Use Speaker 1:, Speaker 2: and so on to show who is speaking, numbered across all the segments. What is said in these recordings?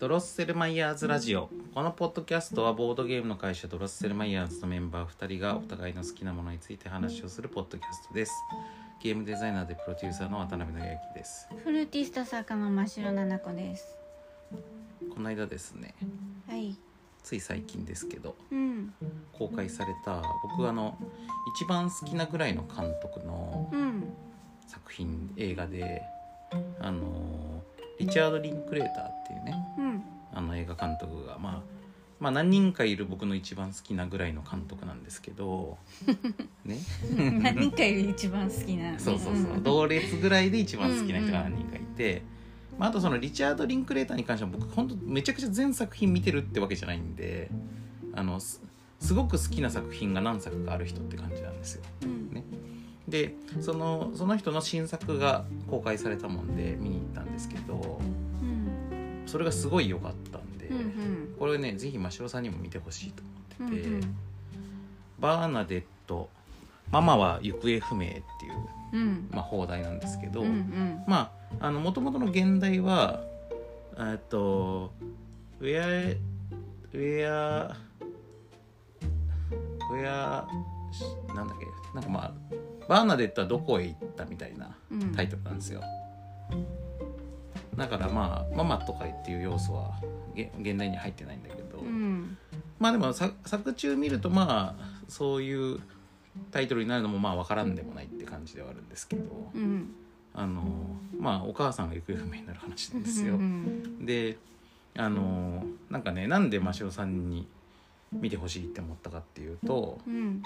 Speaker 1: ロッセルマイヤーズラジオこのポッドキャストはボードゲームの会社ドロッセルマイヤーズのメンバー2人がお互いの好きなものについて話をするポッドキャストですゲームデザイナーでプロデューサーの渡辺紀明です
Speaker 2: フルーティスト坂の真っ白ななこです。
Speaker 1: この間ですね
Speaker 2: はい。
Speaker 1: つい最近ですけど
Speaker 2: うん。
Speaker 1: 公開された僕あの一番好きなぐらいの監督の
Speaker 2: うん。
Speaker 1: 作品映画であのリチャード・リンクレーターっていうね
Speaker 2: うん。
Speaker 1: あの映画監督が、まあ、まあ何人かいる僕の一番好きなぐらいの監督なんですけ どね
Speaker 2: 何かより一番好きな。
Speaker 1: そうそうそう同列ぐらいで一番好きな人が何人かいて、まあ、あとそのリチャード・リンクレーターに関しては僕本当めちゃくちゃ全作品見てるってわけじゃないんであのすすごく好きな作品が何作かある人って感じなんですよ。
Speaker 2: うん。
Speaker 1: ね、でそのその人の新作が公開されたもんで見に行ったんですけど
Speaker 2: うん。
Speaker 1: それがすごい良かったんで。
Speaker 2: うん。うん。
Speaker 1: これねぜひ真城さんにも見てほしいと
Speaker 2: う
Speaker 1: 思
Speaker 2: ん。
Speaker 1: ってて、
Speaker 2: うん。
Speaker 1: バーナデット「ママは行方不明」っていう、
Speaker 2: うん。
Speaker 1: まあ、放題なんですけど、
Speaker 2: うん。
Speaker 1: まああの元々の現代はえっとウェアウェアウェアしなんだっけなんかまあバーナデットはどこへ行ったみたいな
Speaker 2: うん。
Speaker 1: タイトルなんですよだからまあママとかっていう要素はげ現代に入ってないんだけど、
Speaker 2: うん。
Speaker 1: まあでもさ作中見るとまあそういうタイトルになるのもまあ分からんでもないって感じではあるんですけど、
Speaker 2: うん。
Speaker 1: あのまあお母さんが行方不明になる話なんです
Speaker 2: う
Speaker 1: よ。
Speaker 2: ん。
Speaker 1: であのなんかねなんで真汐さんに見てほしいって思ったかっていうと
Speaker 2: うん。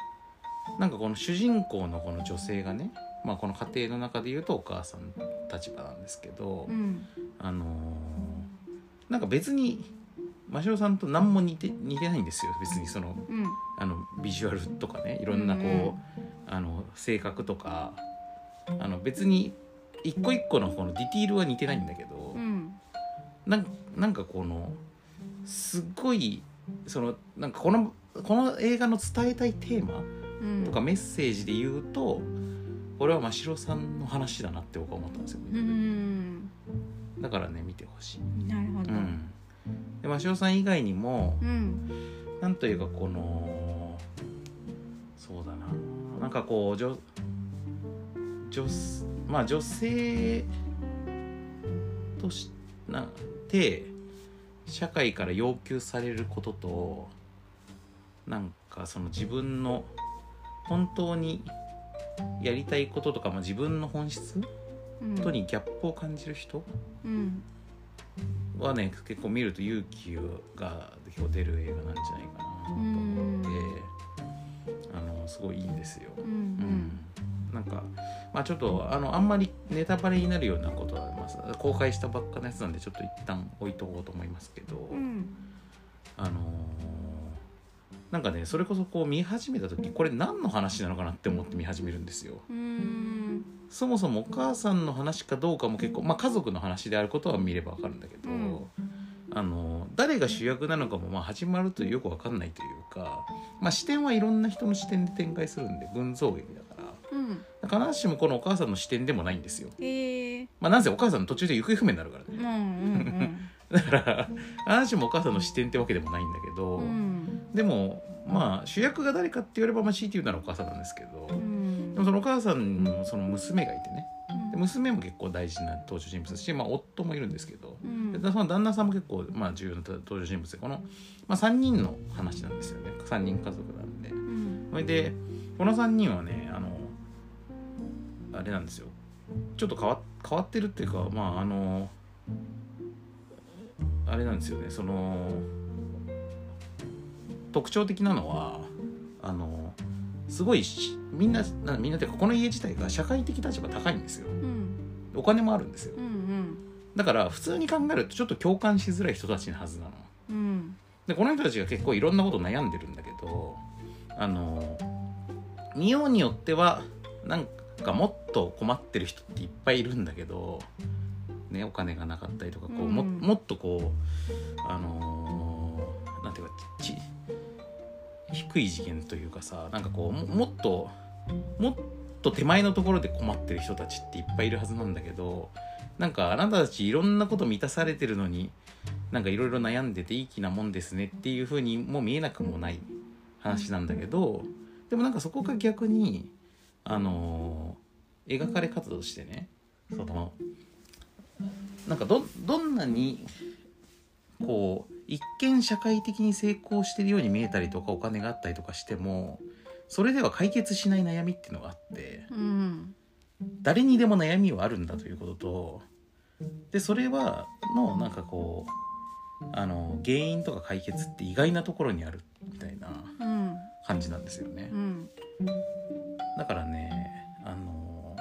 Speaker 1: なんかこの主人公のこの女性がね、まあ、この家庭の中で言うとお母さん立場なんですけど、
Speaker 2: うん。
Speaker 1: あのなんか別に真汐さんと何も似て似てないんですよ別にその
Speaker 2: うん。
Speaker 1: あのビジュアルとかねいろんなこう、あの性格とかあの別に一個一個のこのディティールは似てないんだけど、
Speaker 2: うん。
Speaker 1: なんなんかこのすっごいそのなんかこのこの映画の伝えたいテーマ
Speaker 2: うん。
Speaker 1: とか。メッセージで言うと、これは真城さんの話だなって僕は思ったんですよ、
Speaker 2: うん。
Speaker 1: だからね見てほしい。
Speaker 2: なるほど
Speaker 1: う。ん、で真城さん以外にも、
Speaker 2: うん。
Speaker 1: なんというかこのそうだななんかこう女女まあ女性としなて社会から要求されることとなんかその自分の本当にやりたいこととか、まあ、自分の本質
Speaker 2: うん。
Speaker 1: と。にギャップを感じる人
Speaker 2: うん。
Speaker 1: はね結構見ると勇気が出る映画なんじゃないかなと
Speaker 2: う
Speaker 1: 思って。
Speaker 2: ん。
Speaker 1: であのすごいいいんですよ。
Speaker 2: う
Speaker 1: うん
Speaker 2: ん。
Speaker 1: なんか、まあ、ちょっとあのあんまりネタバレになるようなことは、まあ、公開したばっかのやつなんでちょっと一旦置いとこうと思いますけど、
Speaker 2: うん。
Speaker 1: あのーなんかねそれこそこう見始めた時これ何の話なのかなって思って見始めるんですよ。
Speaker 2: うん。
Speaker 1: そもそもお母さんの話かどうかも結構、まあ、家族の話であることは見ればわかるんだけど、
Speaker 2: うん
Speaker 1: あの誰が主役なのかもまあ始まるとよくわかんないというか、まあ、視点はいろんな人の視点で展開するんで群像劇だから。
Speaker 2: うん。
Speaker 1: 必ずしもこのお母さんの視点でもないんですよ。
Speaker 2: ええ。
Speaker 1: まあ、なんせお母さんの途中で行方不明になるから
Speaker 2: う
Speaker 1: ね。
Speaker 2: ん。
Speaker 1: だから、必ずしもお母さんの視点ってわけでもないんだけど、
Speaker 2: うん。うん。
Speaker 1: でも、まあ、主役が誰かって言われば、まあ、強いて言うならお母さんなんですけど、でもそのお母さんのその娘がいてね、で娘も結構大事な登場人物だし、まあ、夫もいるんですけど、でその旦那さんも結構、まあ、重要な登場人物でこの、まあ、3人の話なんですよね3人家族なんでそれでこの3人はねあのあれなんですよちょっと変わ変わってるっていうかまああのあれなんですよねその特徴的なのはあのすごいしみんななみんなっていうかこの家自体が社会的立場高いんですよお金もあるんですよだから普通に考えるとちょっと共感しづらい人たちのはずなのでこの人たちが結構いろんなこと悩んでるんだけどあの見ようによってはなんかもっと困ってる人っていっぱいいるんだけど、ね、お金がなかったりとかこう、も
Speaker 2: うん
Speaker 1: もっとこうあのーなんていうかち低い次元というかさなんかこうももっともっと手前のところで困ってる人たちっていっぱいいるはずなんだけどなんかあなたたちいろんなこと満たされてるのになんかいろいろ悩んでていい気なもんですねっていうふうにも見えなくもない話なんだけどでもなんかそこが逆にあのー描かれ方としてねそのなんかどどんなにこう一見社会的に成功してるように見えたりとかお金があったりとかしてもそれでは解決しない悩みっていうのがあって。
Speaker 2: うん
Speaker 1: 誰にでも悩みはあるんだということとでそれはのなんかこうあの原因とか解決って意外なところにあるみたいな
Speaker 2: うん
Speaker 1: 感じなんですよね
Speaker 2: うん
Speaker 1: だからねあの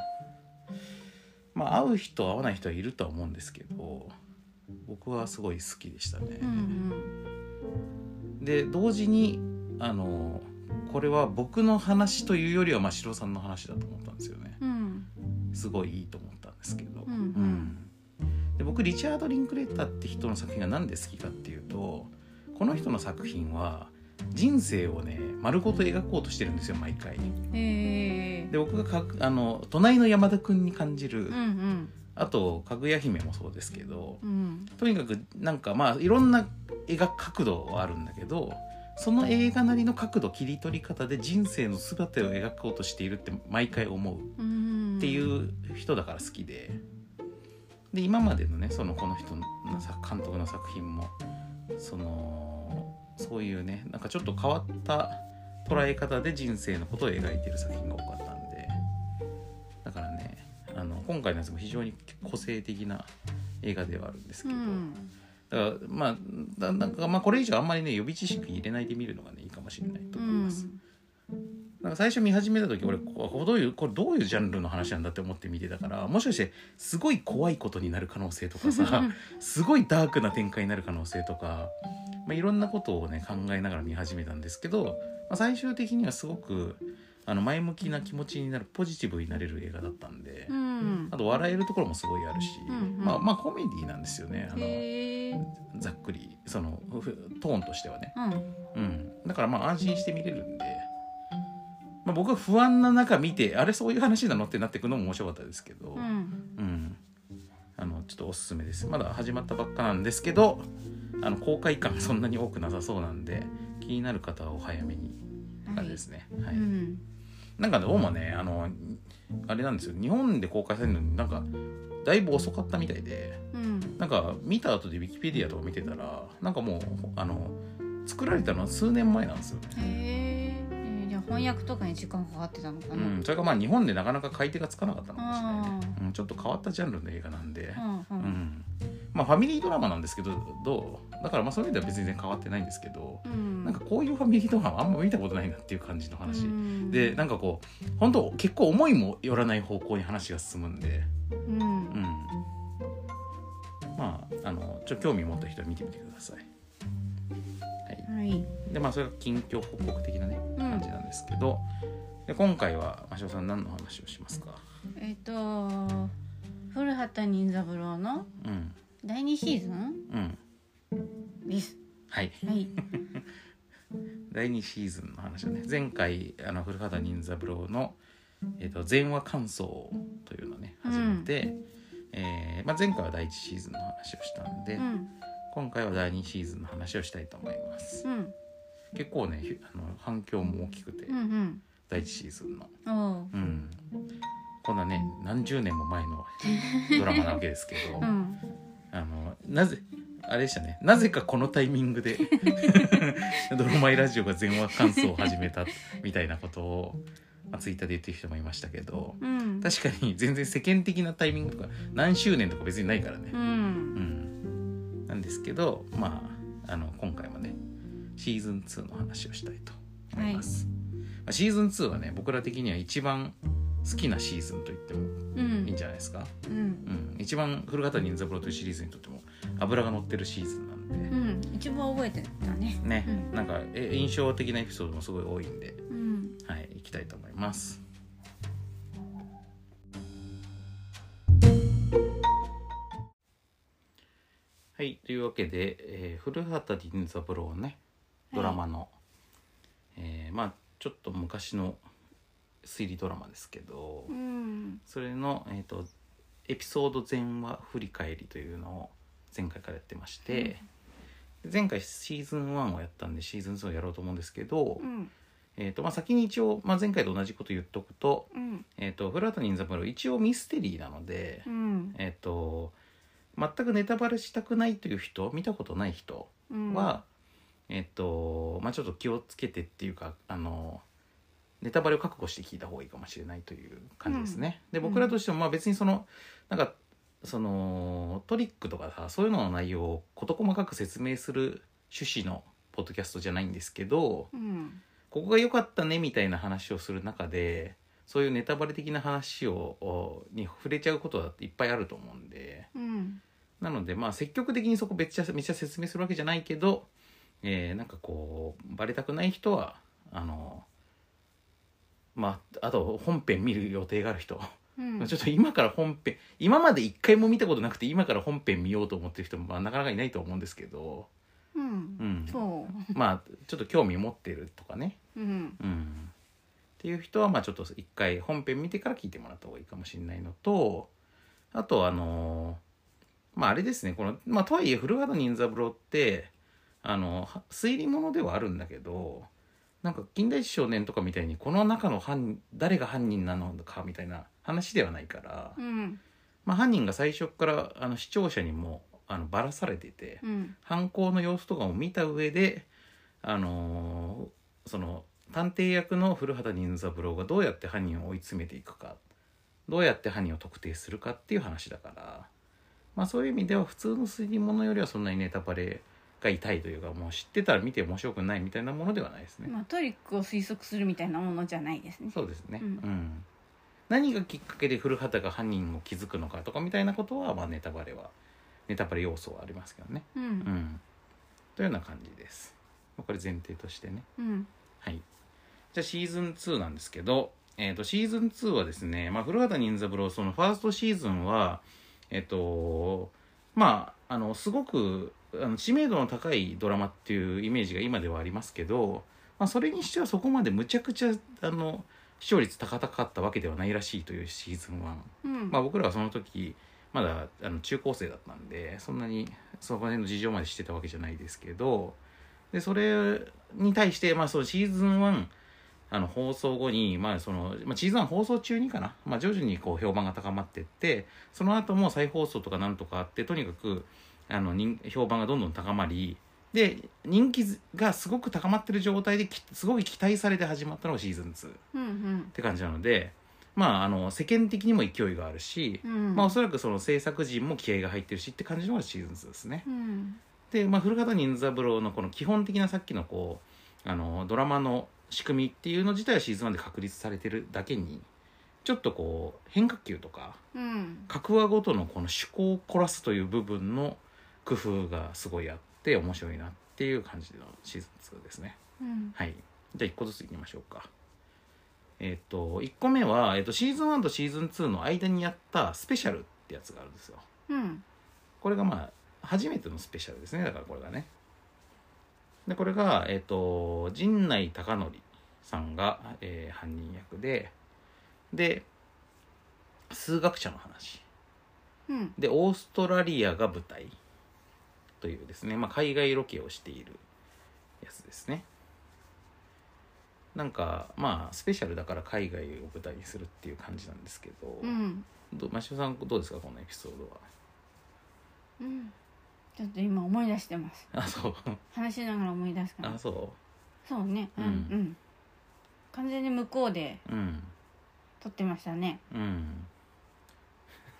Speaker 1: まあ会う人会わない人はいるとは思うんですけど僕はすごい好きでしたね、
Speaker 2: うん
Speaker 1: で同時にあのこれは僕の話というよりはまあシロさんの話だと思ったんですよね
Speaker 2: うん
Speaker 1: すごいいいと思ったんですけど、
Speaker 2: うん
Speaker 1: で僕リチャード・リンクレーターって人の作品が何で好きかっていうとこの人の作品は人生をね丸ごと描こうとしてるんですよ毎回。
Speaker 2: ええ
Speaker 1: で僕がかあの隣の山田君に感じる、
Speaker 2: うんうん
Speaker 1: あと「かぐや姫」もそうですけど
Speaker 2: うん
Speaker 1: とにかくなんかまあいろんな描く角度はあるんだけどその映画なりの角度切り取り方で人生の姿を描こうとしているって毎回思う。
Speaker 2: うん
Speaker 1: っていう人だから好きでで今までのねそのこの人のさ監督の作品もそのそういうねなんかちょっと変わった捉え方で人生のことを描いてる作品が多かったんでだからねあの今回のやつも非常に個性的な映画ではあるんですけ
Speaker 2: う
Speaker 1: ど、
Speaker 2: ん
Speaker 1: だからまあだなんかまあこれ以上あんまりね予備知識入れないで見るのがねいいかもしれないと
Speaker 2: う
Speaker 1: 思いま
Speaker 2: ん
Speaker 1: す。なんか最初見始めた時俺ここどういうこれどういうジャンルの話なんだって思って見てたからもしかしてすごい怖いことになる可能性とかさ すごいダークな展開になる可能性とか、まあ、いろんなことをね考えながら見始めたんですけど、まあ、最終的にはすごくあの前向きな気持ちになるポジティブになれる映画だったんで、
Speaker 2: うん
Speaker 1: あと笑えるところもすごいあるし、
Speaker 2: うんうん
Speaker 1: まあ、まあコメディなんですよねあの
Speaker 2: へえ
Speaker 1: ざっくりそのふトーンとしてはね。
Speaker 2: うん
Speaker 1: うん、だからまあ安心して見れるんで、まあ、僕は不安な中見てあれそういう話なのってなってくのも面白かったですけど、
Speaker 2: う
Speaker 1: う
Speaker 2: ん
Speaker 1: んあのちょっとおすすめですまだ始まったばっかなんですけどあの公開感そんなに多くなさそうなんで気になる方はお早めに
Speaker 2: はい
Speaker 1: 感じですね、はい
Speaker 2: うん
Speaker 1: なんかどうもねあのあれなんですよ日本で公開されるのになんかだいぶ遅かったみたいで
Speaker 2: うん
Speaker 1: なんか見た後でウィキペディアとか見てたらなんかもうあの作られたのは数年前なんですよね
Speaker 2: へええじゃあ翻訳とかに時間かかってたのか
Speaker 1: う、
Speaker 2: なん
Speaker 1: それがまあ日本でなかなか買い手がつかなかったのかもしれないね
Speaker 2: あ、
Speaker 1: うん、ちょっと変わったジャンルの映画なんで、
Speaker 2: うんう
Speaker 1: うん
Speaker 2: ん
Speaker 1: まあファミリードラマなんですけどどうだからまあそういう意味では別に全然変わってないんですけど、
Speaker 2: うん
Speaker 1: なんかこういうファミリードラマあんま見たことないなっていう感じの話、でなんかこう本当結構思いもよらない方向に話が進むんで、
Speaker 2: うん
Speaker 1: うん、まああのちょっと興味持った人は見てみてください。はい、
Speaker 2: はい
Speaker 1: でまあそれが近況報告的なね
Speaker 2: ん
Speaker 1: 感じなんですけど、で今回は真汐さん何の話をしますか
Speaker 2: えっと古畑任三郎の
Speaker 1: うん
Speaker 2: 第二シーズン
Speaker 1: うん
Speaker 2: です
Speaker 1: はい
Speaker 2: はい
Speaker 1: 第2シーズンの話だね前回あの古畑任三郎の「えー、と前話感想」というのをね始めて、えーまあ、前回は第1シーズンの話をしたんで、
Speaker 2: うん
Speaker 1: 今回は第2シーズンの話をしたいと思います
Speaker 2: うん
Speaker 1: 結構ねひあの反響も大きくて、
Speaker 2: うん
Speaker 1: 第1シーズンの
Speaker 2: うんおう
Speaker 1: うんこんなね何十年も前のドラマなわけですけど、
Speaker 2: うん
Speaker 1: あのなぜあれでしたねなぜかこのタイミングで「ドロマイラジオ」が全話感想を始めたみたいなことを、まあ、ツイッターで言ってる人もいましたけど
Speaker 2: うん
Speaker 1: 確かに全然世間的なタイミングとか何周年とか別にないからね
Speaker 2: う、
Speaker 1: うんん、なんですけどまああの今回もねシーズン2の話をしたいと思います、まあシーズン2はね僕ら的には一番好きなシーズンと言っても
Speaker 2: う
Speaker 1: いいん
Speaker 2: ん
Speaker 1: じゃないですか、
Speaker 2: うん
Speaker 1: うん、一番古畑任三郎というシリーズにとっても脂が乗ってるシーズンなんで、
Speaker 2: うん一番覚えてたね
Speaker 1: ね、
Speaker 2: う
Speaker 1: なんかえ印象的なエピソードもすごい多いんで、
Speaker 2: うん
Speaker 1: はい、いきたいと思います。はい、というわけで、えー古畑任三郎ねドラマの、えーまあちょっと昔の推理ドラマですけど、
Speaker 2: うん
Speaker 1: それの、えー、とエピソード前話振り返りというのを前回からやってまして、前回シーズン1をやったんでシーズン2をやろうと思うんですけど、
Speaker 2: うん
Speaker 1: えーとまあ、先に一応、まあ、前回と同じこと言っとくと,、
Speaker 2: うん
Speaker 1: えー、とフラートニン・ザ・ムロ一応ミステリーなので、
Speaker 2: うん
Speaker 1: えー、と全くネタバレしたくないという人見たことない人
Speaker 2: うん
Speaker 1: は、えっとまあちょっと気をつけてっていうかあのネタバレを覚悟して聞いた方がいいかもしれないという感じですね。で
Speaker 2: うん
Speaker 1: 僕らとしてもまあ別にそのなんかそのトリックとかさそういうのの内容を事細かく説明する趣旨のポッドキャストじゃないんですけど
Speaker 2: うん
Speaker 1: ここが良かったねみたいな話をする中でそういうネタバレ的な話をおに触れちゃうことだっていっぱいあると思うんで。
Speaker 2: うん
Speaker 1: なのでまあ積極的にそこめっちゃめっちゃ説明するわけじゃないけど、えーなんかこうバレたくない人はあのまああと本編見る予定がある人、
Speaker 2: うん
Speaker 1: ちょっと今から本編今まで一回も見たことなくて今から本編見ようと思ってる人も、まあ、なかなかいないと思うんですけど、
Speaker 2: うん
Speaker 1: うん
Speaker 2: そ
Speaker 1: まあちょっと興味持ってるとかね、
Speaker 2: ううん
Speaker 1: うん、っていう人はまあちょっと一回本編見てから聞いてもらった方がいいかもしれないのとあとあのーまああれですねこの、まあ、とはいえ古畑任三郎ってあのは推理物ではあるんだけどなんか近代少年とかみたいにこの中の犯誰が犯人なのかみたいな話ではないから、
Speaker 2: うん
Speaker 1: まあ、犯人が最初からあの視聴者にもあのばらされてて、
Speaker 2: うん
Speaker 1: 犯行の様子とかを見た上で、あのーその探偵役の古畑任三郎がどうやって犯人を追い詰めていくかどうやって犯人を特定するかっていう話だから、まあ、そういう意味では普通の推理物よりはそんなにネタバレが痛いというかもう知ってたら見て面白くないみたいなものではないですね。
Speaker 2: まあトリックを推測するみたいなものじゃないですね
Speaker 1: そうですね、
Speaker 2: う
Speaker 1: うんん何がきっかけで古畑が犯人を気づくのかとかみたいなことは、まあ、ネタバレはネタバレ要素はありますけどね。
Speaker 2: う
Speaker 1: うんん、というような感じです。まあこれ前提としてね。
Speaker 2: うん
Speaker 1: はい。じゃあシーズン2なんですけど、えっ、と、シーズン2はですね、まあ、古畑任三郎、そのファーストシーズンは、えっ、と、まあ、あの、すごく、あの知名度の高いドラマっていうイメージが今ではありますけど、まあ、それにしてはそこまでむちゃくちゃ、あの、視聴率高々かったわけではないらしいというシーズン1。
Speaker 2: うん
Speaker 1: まあ、僕らはその時まだあの中高生だったんでそんなにそこら辺の事情までしてたわけじゃないですけどでそれに対して、まあ、そのシーズン1あの放送後に、まあそのまあ、シーズン1放送中にかな、まあ、徐々にこう評判が高まってってその後も再放送とかなんとかあってとにかくあの人評判がどんどん高まりで人気がすごく高まってる状態できすごい期待されて始まったのがシーズン2っ
Speaker 2: うん
Speaker 1: て感じなので、まあ、あの世間的にも勢いがあるし、
Speaker 2: うんうん
Speaker 1: まあ、おそらくその制作陣も気合が入ってるしって感じのがシーズン2ですね。
Speaker 2: うん
Speaker 1: で、まあ、古畑任三郎のこの基本的なさっきのこうあのドラマの仕組みっていうの自体はシーズン1で確立されてるだけにちょっとこう変化球とか
Speaker 2: うん
Speaker 1: 各話ごとのこの趣向を凝らすという部分の工夫がすごいあって面白いなっていう感じのシーズン2ですね。
Speaker 2: うん
Speaker 1: はい。じゃあ1個ずついきましょうか。えっ、と、1個目は、えっ、と、シーズン1とシーズン2の間にやったスペシャルってやつがあるんですよ。
Speaker 2: うん
Speaker 1: これがまあ、初めてのスペシャルですね。だからこれがね。で、これが、えっ、と、陣内孝則さんが、えー犯人役で、で、数学者の話。
Speaker 2: うん
Speaker 1: で、オーストラリアが舞台というですね、まあ、海外ロケをしているやつですね。なんか、まあ、スペシャルだから海外を舞台にするっていう感じなんですけど、
Speaker 2: うん
Speaker 1: どマシオさんどうですか、このエピソードは。
Speaker 2: うんちょっと今思い出してます
Speaker 1: あ、そう。
Speaker 2: 話しながら思い出すから
Speaker 1: あ、そ
Speaker 2: そうねうんう
Speaker 1: うん
Speaker 2: ん完全に向こうで
Speaker 1: う。うん。
Speaker 2: 撮ってましたね
Speaker 1: うん。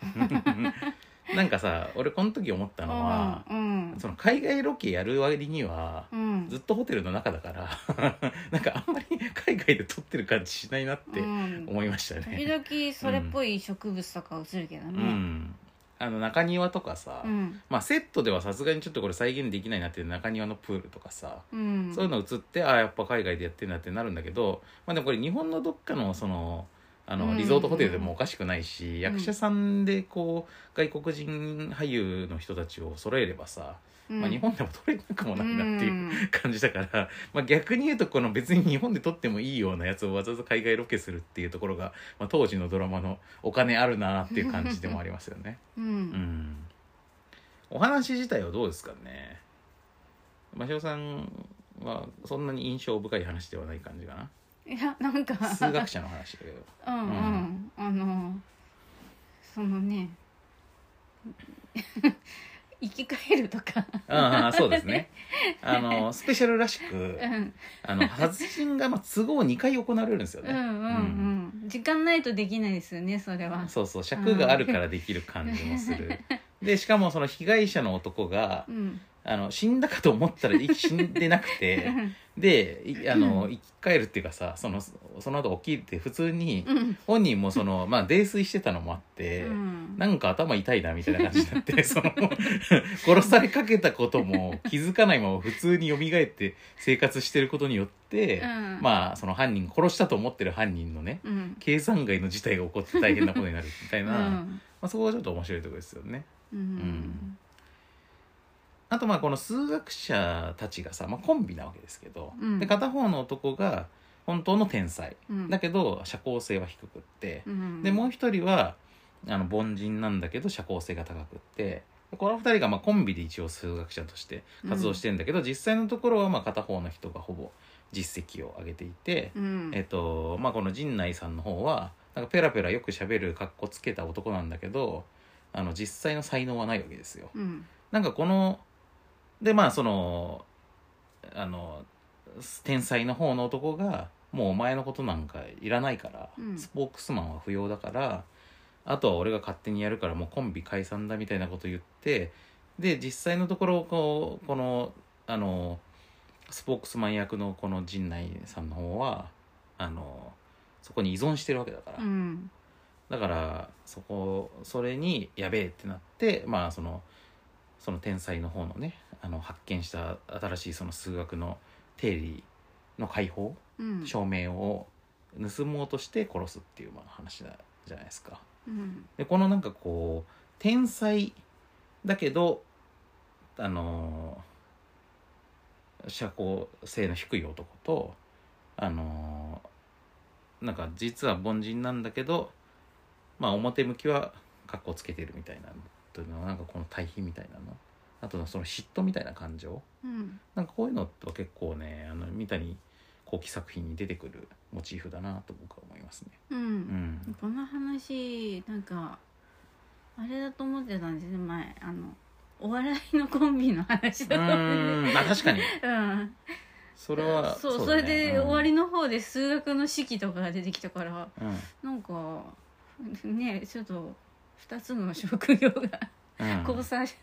Speaker 1: なんかさ、俺この時思ったのは、
Speaker 2: うん
Speaker 1: その海外ロケやる割には、
Speaker 2: うん
Speaker 1: ずっとホテルの中だから なんかあんまり海外で撮ってる感じしないなって
Speaker 2: うん
Speaker 1: 思いました
Speaker 2: 時
Speaker 1: ね。
Speaker 2: 々それっぽい植物とか映るけど
Speaker 1: うん
Speaker 2: ね
Speaker 1: あの中庭とかさ、
Speaker 2: うん
Speaker 1: まあ、セットではさすがにちょっとこれ再現できないなっていう中庭のプールとかさ、
Speaker 2: うん
Speaker 1: そういうの映ってああやっぱ海外でやってんだってなるんだけど、まあ、でもこれ日本のどっかのそのあ
Speaker 2: うん
Speaker 1: のリゾートホテルでもおかしくないし、役者さんでこう外国人俳優の人たちを揃えればさ、
Speaker 2: うん
Speaker 1: まあ、日本でも撮れなくもないなっていう
Speaker 2: うん
Speaker 1: 感じだから、まあ、逆に言うとこの別に日本で撮ってもいいようなやつをわざわざ海外ロケするっていうところが、まあ、当時のドラマのお金あるなっていう感じでもありますよね。
Speaker 2: う
Speaker 1: うんん、お話自体はどうですかね真汐さんはそんなに印象深い話ではない感じ か
Speaker 2: いやなんか
Speaker 1: な数学者の話だけど
Speaker 2: うんうん、あのそのね 生き返るとか
Speaker 1: ああそうですねあのスペシャルらしく
Speaker 2: うん
Speaker 1: あの発信がまあ都合2回行われるんですよ
Speaker 2: う
Speaker 1: ね、
Speaker 2: んうんうん時間ないとできないですよねそれは
Speaker 1: そうそう尺があるからできる感じもするでしかもその被害者の男が
Speaker 2: うん
Speaker 1: あの死んだかと思ったらい死んでなく
Speaker 2: う
Speaker 1: て
Speaker 2: ん
Speaker 1: でいあの生き返るっていうかさそのその後起きて普通に
Speaker 2: うん
Speaker 1: 本人もその、まあ、泥酔してたのもあって、
Speaker 2: うん
Speaker 1: なんか頭痛いなみたいな感じになって その殺されかけたことも気づかないまま普通に蘇って生活してることによって、
Speaker 2: うん
Speaker 1: まあその犯人殺したと思ってる犯人のね
Speaker 2: うん
Speaker 1: 計算外の事態が起こって大変なことになるみたい
Speaker 2: う
Speaker 1: な、ま
Speaker 2: ん
Speaker 1: あ、そこがちょっと面白いところですよね。
Speaker 2: うん
Speaker 1: あとまあこの数学者たちがさ、まあ、コンビなわけですけど、
Speaker 2: うん
Speaker 1: で片方の男が本当の天才
Speaker 2: うん
Speaker 1: だけど社交性は低くって、
Speaker 2: うん
Speaker 1: でもう一人はあの凡人なんだけど社交性が高くってでこの二人がまあコンビで一応数学者として活動してるんだけど、実際のところはまあ片方の人がほぼ実績を上げていて、
Speaker 2: うん
Speaker 1: えっとまあ、この陣内さんの方はなんかペラペラよく喋る格好つけた男なんだけどあの実際の才能はないわけですよ。
Speaker 2: うん
Speaker 1: なんかこのでまあそのあの天才の方の男がもうお前のことなんかいらないから、
Speaker 2: うん
Speaker 1: スポークスマンは不要だからあとは俺が勝手にやるからもうコンビ解散だみたいなこと言ってで実際のところこうこのあのスポークスマン役のこの陣内さんの方はあのそこに依存してるわけだから、
Speaker 2: うん
Speaker 1: だからそこそれにやべえってなってまあそのその天才の方のねあの発見した新しいその数学の定理の解放
Speaker 2: うん
Speaker 1: 証明を盗もうとして殺すっていうまあ話だじゃないですか。
Speaker 2: うん
Speaker 1: でこのなんかこう天才だけどあのー社交性の低い男とあのーなんか実は凡人なんだけどまあ表向きは格好つけてるみたいなというのはなんかこの対比みたいなのあとその嫉妬みたいな感情
Speaker 2: うん
Speaker 1: なんかこういうのと結構ねあの三谷幸喜作品に出てくるモチーフだなと僕は思いますね。
Speaker 2: う
Speaker 1: うん ん、
Speaker 2: この話なんかあれだと思ってたんですね前あのお笑いのコンビの話
Speaker 1: う
Speaker 2: だと思って
Speaker 1: ーんあ確かに
Speaker 2: たうん
Speaker 1: それは
Speaker 2: そうそ
Speaker 1: だ
Speaker 2: れ
Speaker 1: ね
Speaker 2: で終わ
Speaker 1: うん
Speaker 2: りの方で数学の式とかが出てきたから
Speaker 1: うん
Speaker 2: なんかねちょっと2つの職業が
Speaker 1: うん
Speaker 2: 交差、なんか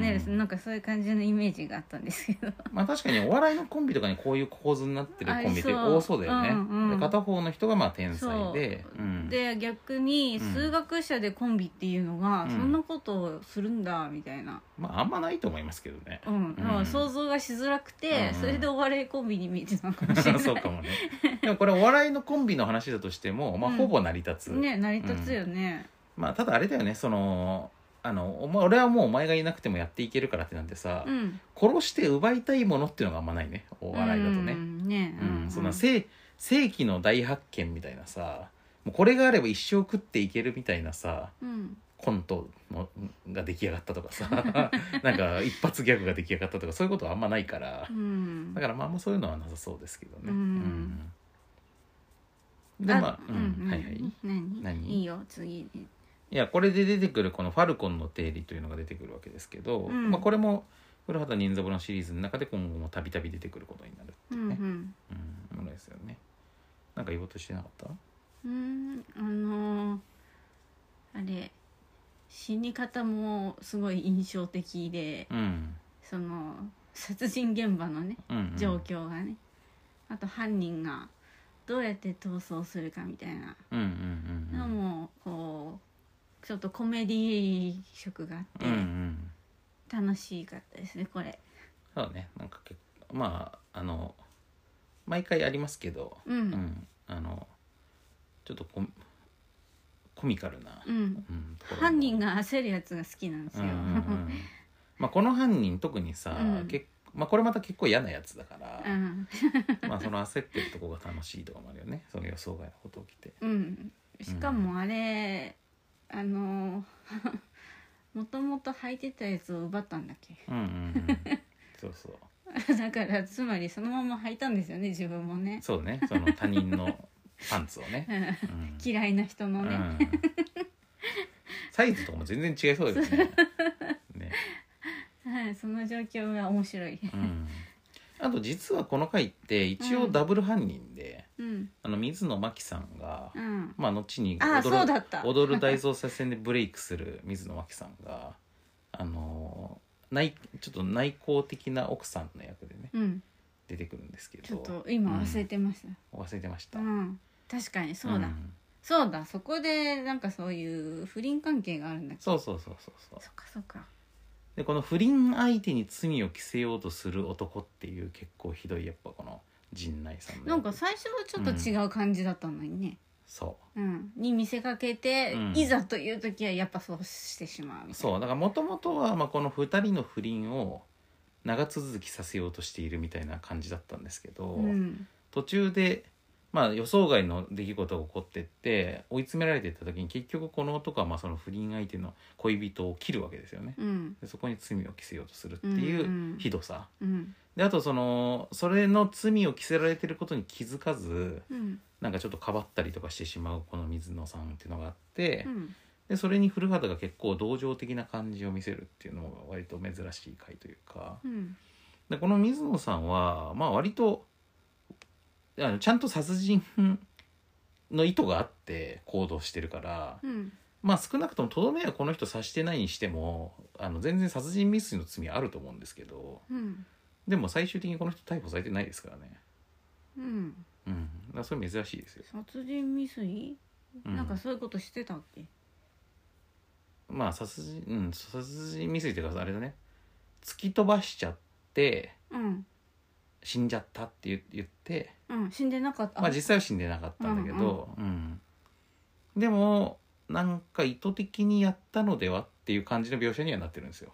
Speaker 2: ね、
Speaker 1: うん
Speaker 2: なんかそういう感じのイメージがあったんですけど
Speaker 1: まあ確かにお笑いのコンビとかにこういう構図になってるコンビって
Speaker 2: ありそう
Speaker 1: 多そうだよね、
Speaker 2: うんうん
Speaker 1: で片方の人がまあ天才で
Speaker 2: そ
Speaker 1: う
Speaker 2: う
Speaker 1: ん
Speaker 2: で逆に
Speaker 1: うん
Speaker 2: 数学者でコンビっていうのが、
Speaker 1: うん
Speaker 2: そんなことをするんだみたいな、
Speaker 1: まああんまないと思いますけどね
Speaker 2: うんだから
Speaker 1: うん
Speaker 2: 想像がしづらくて、
Speaker 1: うん
Speaker 2: それでお笑いコンビに見えてたのかも しれない
Speaker 1: そうかもねでもこれお笑いのコンビの話だとしても、まあ、
Speaker 2: うん
Speaker 1: ほぼ成り立つ、
Speaker 2: ね成り立つよね、
Speaker 1: まあただあれだよねそのあのお前俺はもうお前がいなくてもやっていけるからってなんてさ、
Speaker 2: うん、
Speaker 1: 殺して奪いたいものっていうのがあんまないねお笑いだとね、
Speaker 2: うんね、
Speaker 1: うん、そんな世世紀の大発見みたいなさもうこれがあれば一生食っていけるみたいなさ
Speaker 2: うん
Speaker 1: コントのが出来上がったとかさ なんか一発ギャグが出来上がったとかそういうことはあんまないから
Speaker 2: うん
Speaker 1: だからまああんまそういうのはなさそうですけどね。
Speaker 2: うん
Speaker 1: うんでまあ、うん
Speaker 2: うんうん
Speaker 1: はいはい。い
Speaker 2: 何
Speaker 1: 何
Speaker 2: いいよ次ね
Speaker 1: やこれで出てくるこの「ファルコンの定理」というのが出てくるわけですけど、
Speaker 2: うん
Speaker 1: まあ、これも古畑任三郎のシリーズの中で今後もたびたび出てくることになる、
Speaker 2: うん
Speaker 1: うん、ものですよね。なんか言おうとしてなかった
Speaker 2: うんうんあのーあれ死に方もすごい印象的で
Speaker 1: うん
Speaker 2: その殺人現場のね
Speaker 1: うんうん、
Speaker 2: 状況がね、あと犯人がどうやって逃走するかみたいな
Speaker 1: うんうんうん
Speaker 2: の
Speaker 1: うん
Speaker 2: もこうちょっとコメディ色があって
Speaker 1: うんうん
Speaker 2: 楽しかったですねこれ
Speaker 1: そうねなんか結構まああの毎回ありますけど、
Speaker 2: うん
Speaker 1: うあのちょっとココミカルな、
Speaker 2: うん
Speaker 1: うんところも
Speaker 2: 犯人が焦るやつが好きなんです
Speaker 1: うん
Speaker 2: よ
Speaker 1: うんうんまあこの犯人特にさ、
Speaker 2: うん
Speaker 1: けまあ、これまた結構嫌なやつだか
Speaker 2: う
Speaker 1: ら、
Speaker 2: ん
Speaker 1: まあその焦ってるとこが楽しいとかもあるよねその予想外のことをきて。
Speaker 2: うん、しかもあれ、あ のもともと履いてたやつを奪ったんだっけ
Speaker 1: うんうんうん、そうそう
Speaker 2: だからつまりそのまま履いたんですよね自分もね
Speaker 1: そうねその他人のパンツをね、
Speaker 2: うん
Speaker 1: うん
Speaker 2: 嫌いな人のね、
Speaker 1: うんサイズとかも全然違いそうですね。ね
Speaker 2: はいその状況が面白い
Speaker 1: うん、あと実はこの回って一
Speaker 2: う
Speaker 1: 応
Speaker 2: ん
Speaker 1: ダブル犯人で、
Speaker 2: うん
Speaker 1: あの水野真紀さんが、
Speaker 2: うん
Speaker 1: まあ後に
Speaker 2: ああ
Speaker 1: 踊る
Speaker 2: そうだった
Speaker 1: 踊る大捜査線でブレイクする水野真紀さんがあのー内ちょっと内向的な奥さんの役でね
Speaker 2: うん
Speaker 1: 出てくるんですけ
Speaker 2: ちょっ
Speaker 1: ど
Speaker 2: と今忘れてました
Speaker 1: 忘れてました、
Speaker 2: うん、確かにそうだ、
Speaker 1: ん
Speaker 2: そうだそこでなんかそういう不倫関係があるんだっけ
Speaker 1: そうそうそうそうそう
Speaker 2: そっかそっか
Speaker 1: でこの不倫相手に罪を着せようとする男っていう結構ひどいやっぱこの陣内さんの役
Speaker 2: なんか最初はちょっと違う感じだったのにね、
Speaker 1: そ
Speaker 2: うんに見せかけて、
Speaker 1: うん
Speaker 2: いざという時はやっぱそうしてしまうみ
Speaker 1: う
Speaker 2: たい
Speaker 1: そうだからもともとはまあこの2人の不倫を長続きさせようとしているみたいな感じだったんですけど、
Speaker 2: なうん
Speaker 1: 途中で、まあ、予想外の出来事が起こってって追い詰められていった時に結局この男はまあその不倫相手の恋人を切るわけですよね。
Speaker 2: うん
Speaker 1: でそこに罪を着せようとするってい
Speaker 2: んう
Speaker 1: うんひどさ、
Speaker 2: うん
Speaker 1: であとそのそれの罪を着せられてることに気づかず
Speaker 2: うん
Speaker 1: なんかちょっとかばったりとかしてしまうこの水野さんっていうのがあって、
Speaker 2: うん
Speaker 1: でそれに古畑が結構同情的な感じを見せるっていうのも割と珍しい回というか
Speaker 2: うん
Speaker 1: でこの水野さんはまあ割とあのちゃんと殺人の意図があって行動してるから、
Speaker 2: うん
Speaker 1: まあ少なくともとどめはこの人刺してないにしてもあの全然殺人未遂の罪あると思うんですけど
Speaker 2: うん
Speaker 1: でも最終的にこの人逮捕されてないですからね。
Speaker 2: うん
Speaker 1: うん、だからそれ珍しいですよ、
Speaker 2: 殺人未遂、
Speaker 1: うん
Speaker 2: なんかそういうことしてたっけ
Speaker 1: まあ殺人うん殺人未遂というかあれだね突き飛ばしちゃって
Speaker 2: うん
Speaker 1: 死んじゃったって言言って
Speaker 2: うん死んでなかった、
Speaker 1: まあ実際は死んでなかったんだけど、うんでもなんか意図的にやったのではっていう感じの描写にはなってるんですよ、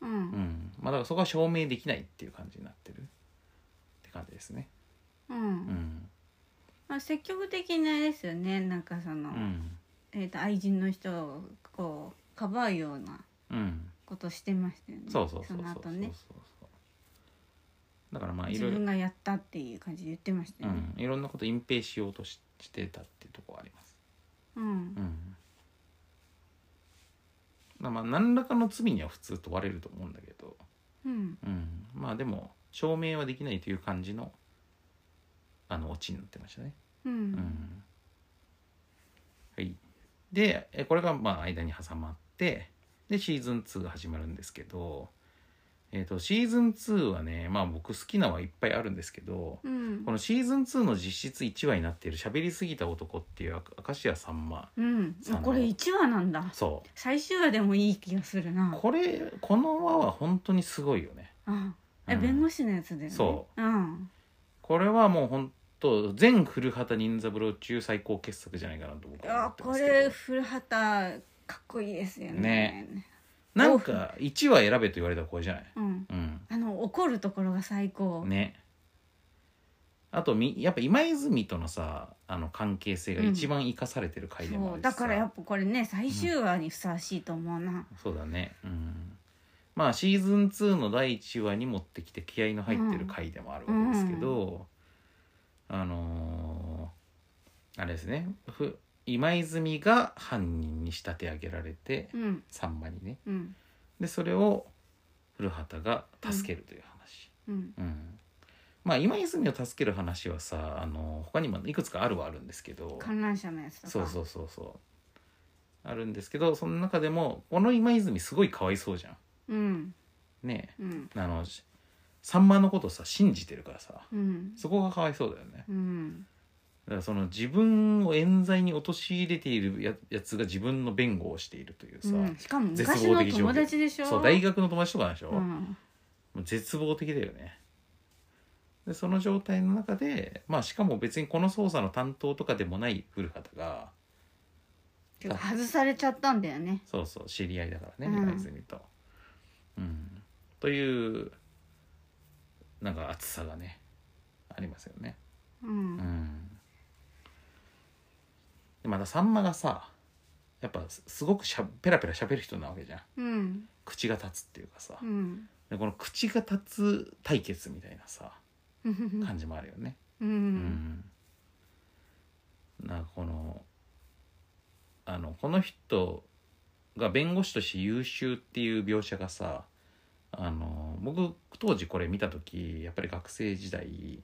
Speaker 2: う
Speaker 1: うんんまあ、だからそこは証明できないっていう感じになってるって感じですね
Speaker 2: う
Speaker 1: うんん
Speaker 2: まあ、積極的なあれですよねなんかその、
Speaker 1: うん
Speaker 2: えー、と愛人の人をこうかばうような
Speaker 1: うん
Speaker 2: ことしてましたよね
Speaker 1: そうそうそうそう
Speaker 2: の
Speaker 1: そうそ
Speaker 2: 後
Speaker 1: う
Speaker 2: ね
Speaker 1: そうだからまあい
Speaker 2: 自
Speaker 1: ろいろ
Speaker 2: 分がやったっていう感じで言ってました
Speaker 1: う
Speaker 2: よね
Speaker 1: ん、いろんなこと隠蔽しようとししてたっていうところはあります、
Speaker 2: うん
Speaker 1: うんまあまあ何らかの罪には普通問われると思うんだけど、
Speaker 2: うん
Speaker 1: うん、まあでも証明はできないという感じのあのオチになってましたね、
Speaker 2: う
Speaker 1: うんんはい、でえこれがまあ間に挟まってでシーズン2が始まるんですけど、えー、とシーズン2はねまあ僕好きなはいっぱいあるんですけど、
Speaker 2: うん
Speaker 1: このシーズン2の実質1話になっている「喋りすぎた男」っていう明石家さんま
Speaker 2: うん
Speaker 1: その
Speaker 2: これ一話なんだ
Speaker 1: そう
Speaker 2: 最終話でもいい気がするな
Speaker 1: これこの輪は本当にすごいよね
Speaker 2: あえ、
Speaker 1: うん
Speaker 2: 弁護士のやつだよね
Speaker 1: そう
Speaker 2: うん
Speaker 1: これはもう本当全古畑任三郎中最高傑作じゃないかなと僕は思
Speaker 2: あ
Speaker 1: ってま
Speaker 2: こ
Speaker 1: すけど
Speaker 2: れ古畑かっこいいですよね
Speaker 1: なんか1話選べと言われたらこれじゃない
Speaker 2: うん
Speaker 1: うん
Speaker 2: あの怒るところが最高、
Speaker 1: ねあとみやっぱ今泉とのさあの関係性が一番生かされてる回でもあ
Speaker 2: そう
Speaker 1: るしさ
Speaker 2: だからやっぱこれね最終話にふさわしいと思うな
Speaker 1: そうだねうんまあシーズン2の第1話に持ってきて気合いの入ってる回でもあるわけですけど、あのーあれですねふ今泉が犯人に仕立て上げられて、
Speaker 2: うん
Speaker 1: さんまにね
Speaker 2: うん
Speaker 1: でそれを古畑が助けるという話、
Speaker 2: うん
Speaker 1: うんまあ今泉を助ける話はさ、あのー他にもいくつかあるはあるんですけど
Speaker 2: 観覧車のやつとか
Speaker 1: そうそうそうそうあるんですけどその中でもこの今泉すごいかわいそうじゃん
Speaker 2: うん
Speaker 1: ね
Speaker 2: うん
Speaker 1: あのしさんまのことさ信じてるからさ
Speaker 2: うん
Speaker 1: そこがかわいそうだよね
Speaker 2: うん
Speaker 1: だからその自分を冤罪に陥れているややつが自分の弁護をしているというさ、
Speaker 2: うんしかも
Speaker 1: 絶望
Speaker 2: 昔の
Speaker 1: 的状況
Speaker 2: 友達でしょ
Speaker 1: そう大学の友達とかなんでしょ、
Speaker 2: う
Speaker 1: も
Speaker 2: ん
Speaker 1: う絶望的だよねでその状態の中でまあしかも別にこの捜査の担当とかでもない古畑が
Speaker 2: てか外されちゃったんだよね
Speaker 1: そうそう知り合いだからね
Speaker 2: うん
Speaker 1: 今泉と、うん、というなんか熱さがねありますよね
Speaker 2: う
Speaker 1: うんんでまたさんまがさやっぱすすごくしゃペラペラ喋る人なわけじゃん
Speaker 2: うん
Speaker 1: 口が立つっていうかさ
Speaker 2: うん
Speaker 1: でこの口が立つ対決みたいなさ
Speaker 2: うん
Speaker 1: 感じもあるよね。
Speaker 2: う
Speaker 1: うんんなんかこのあのこの人が弁護士として優秀っていう描写がさあの僕当時これ見た時やっぱり学生時代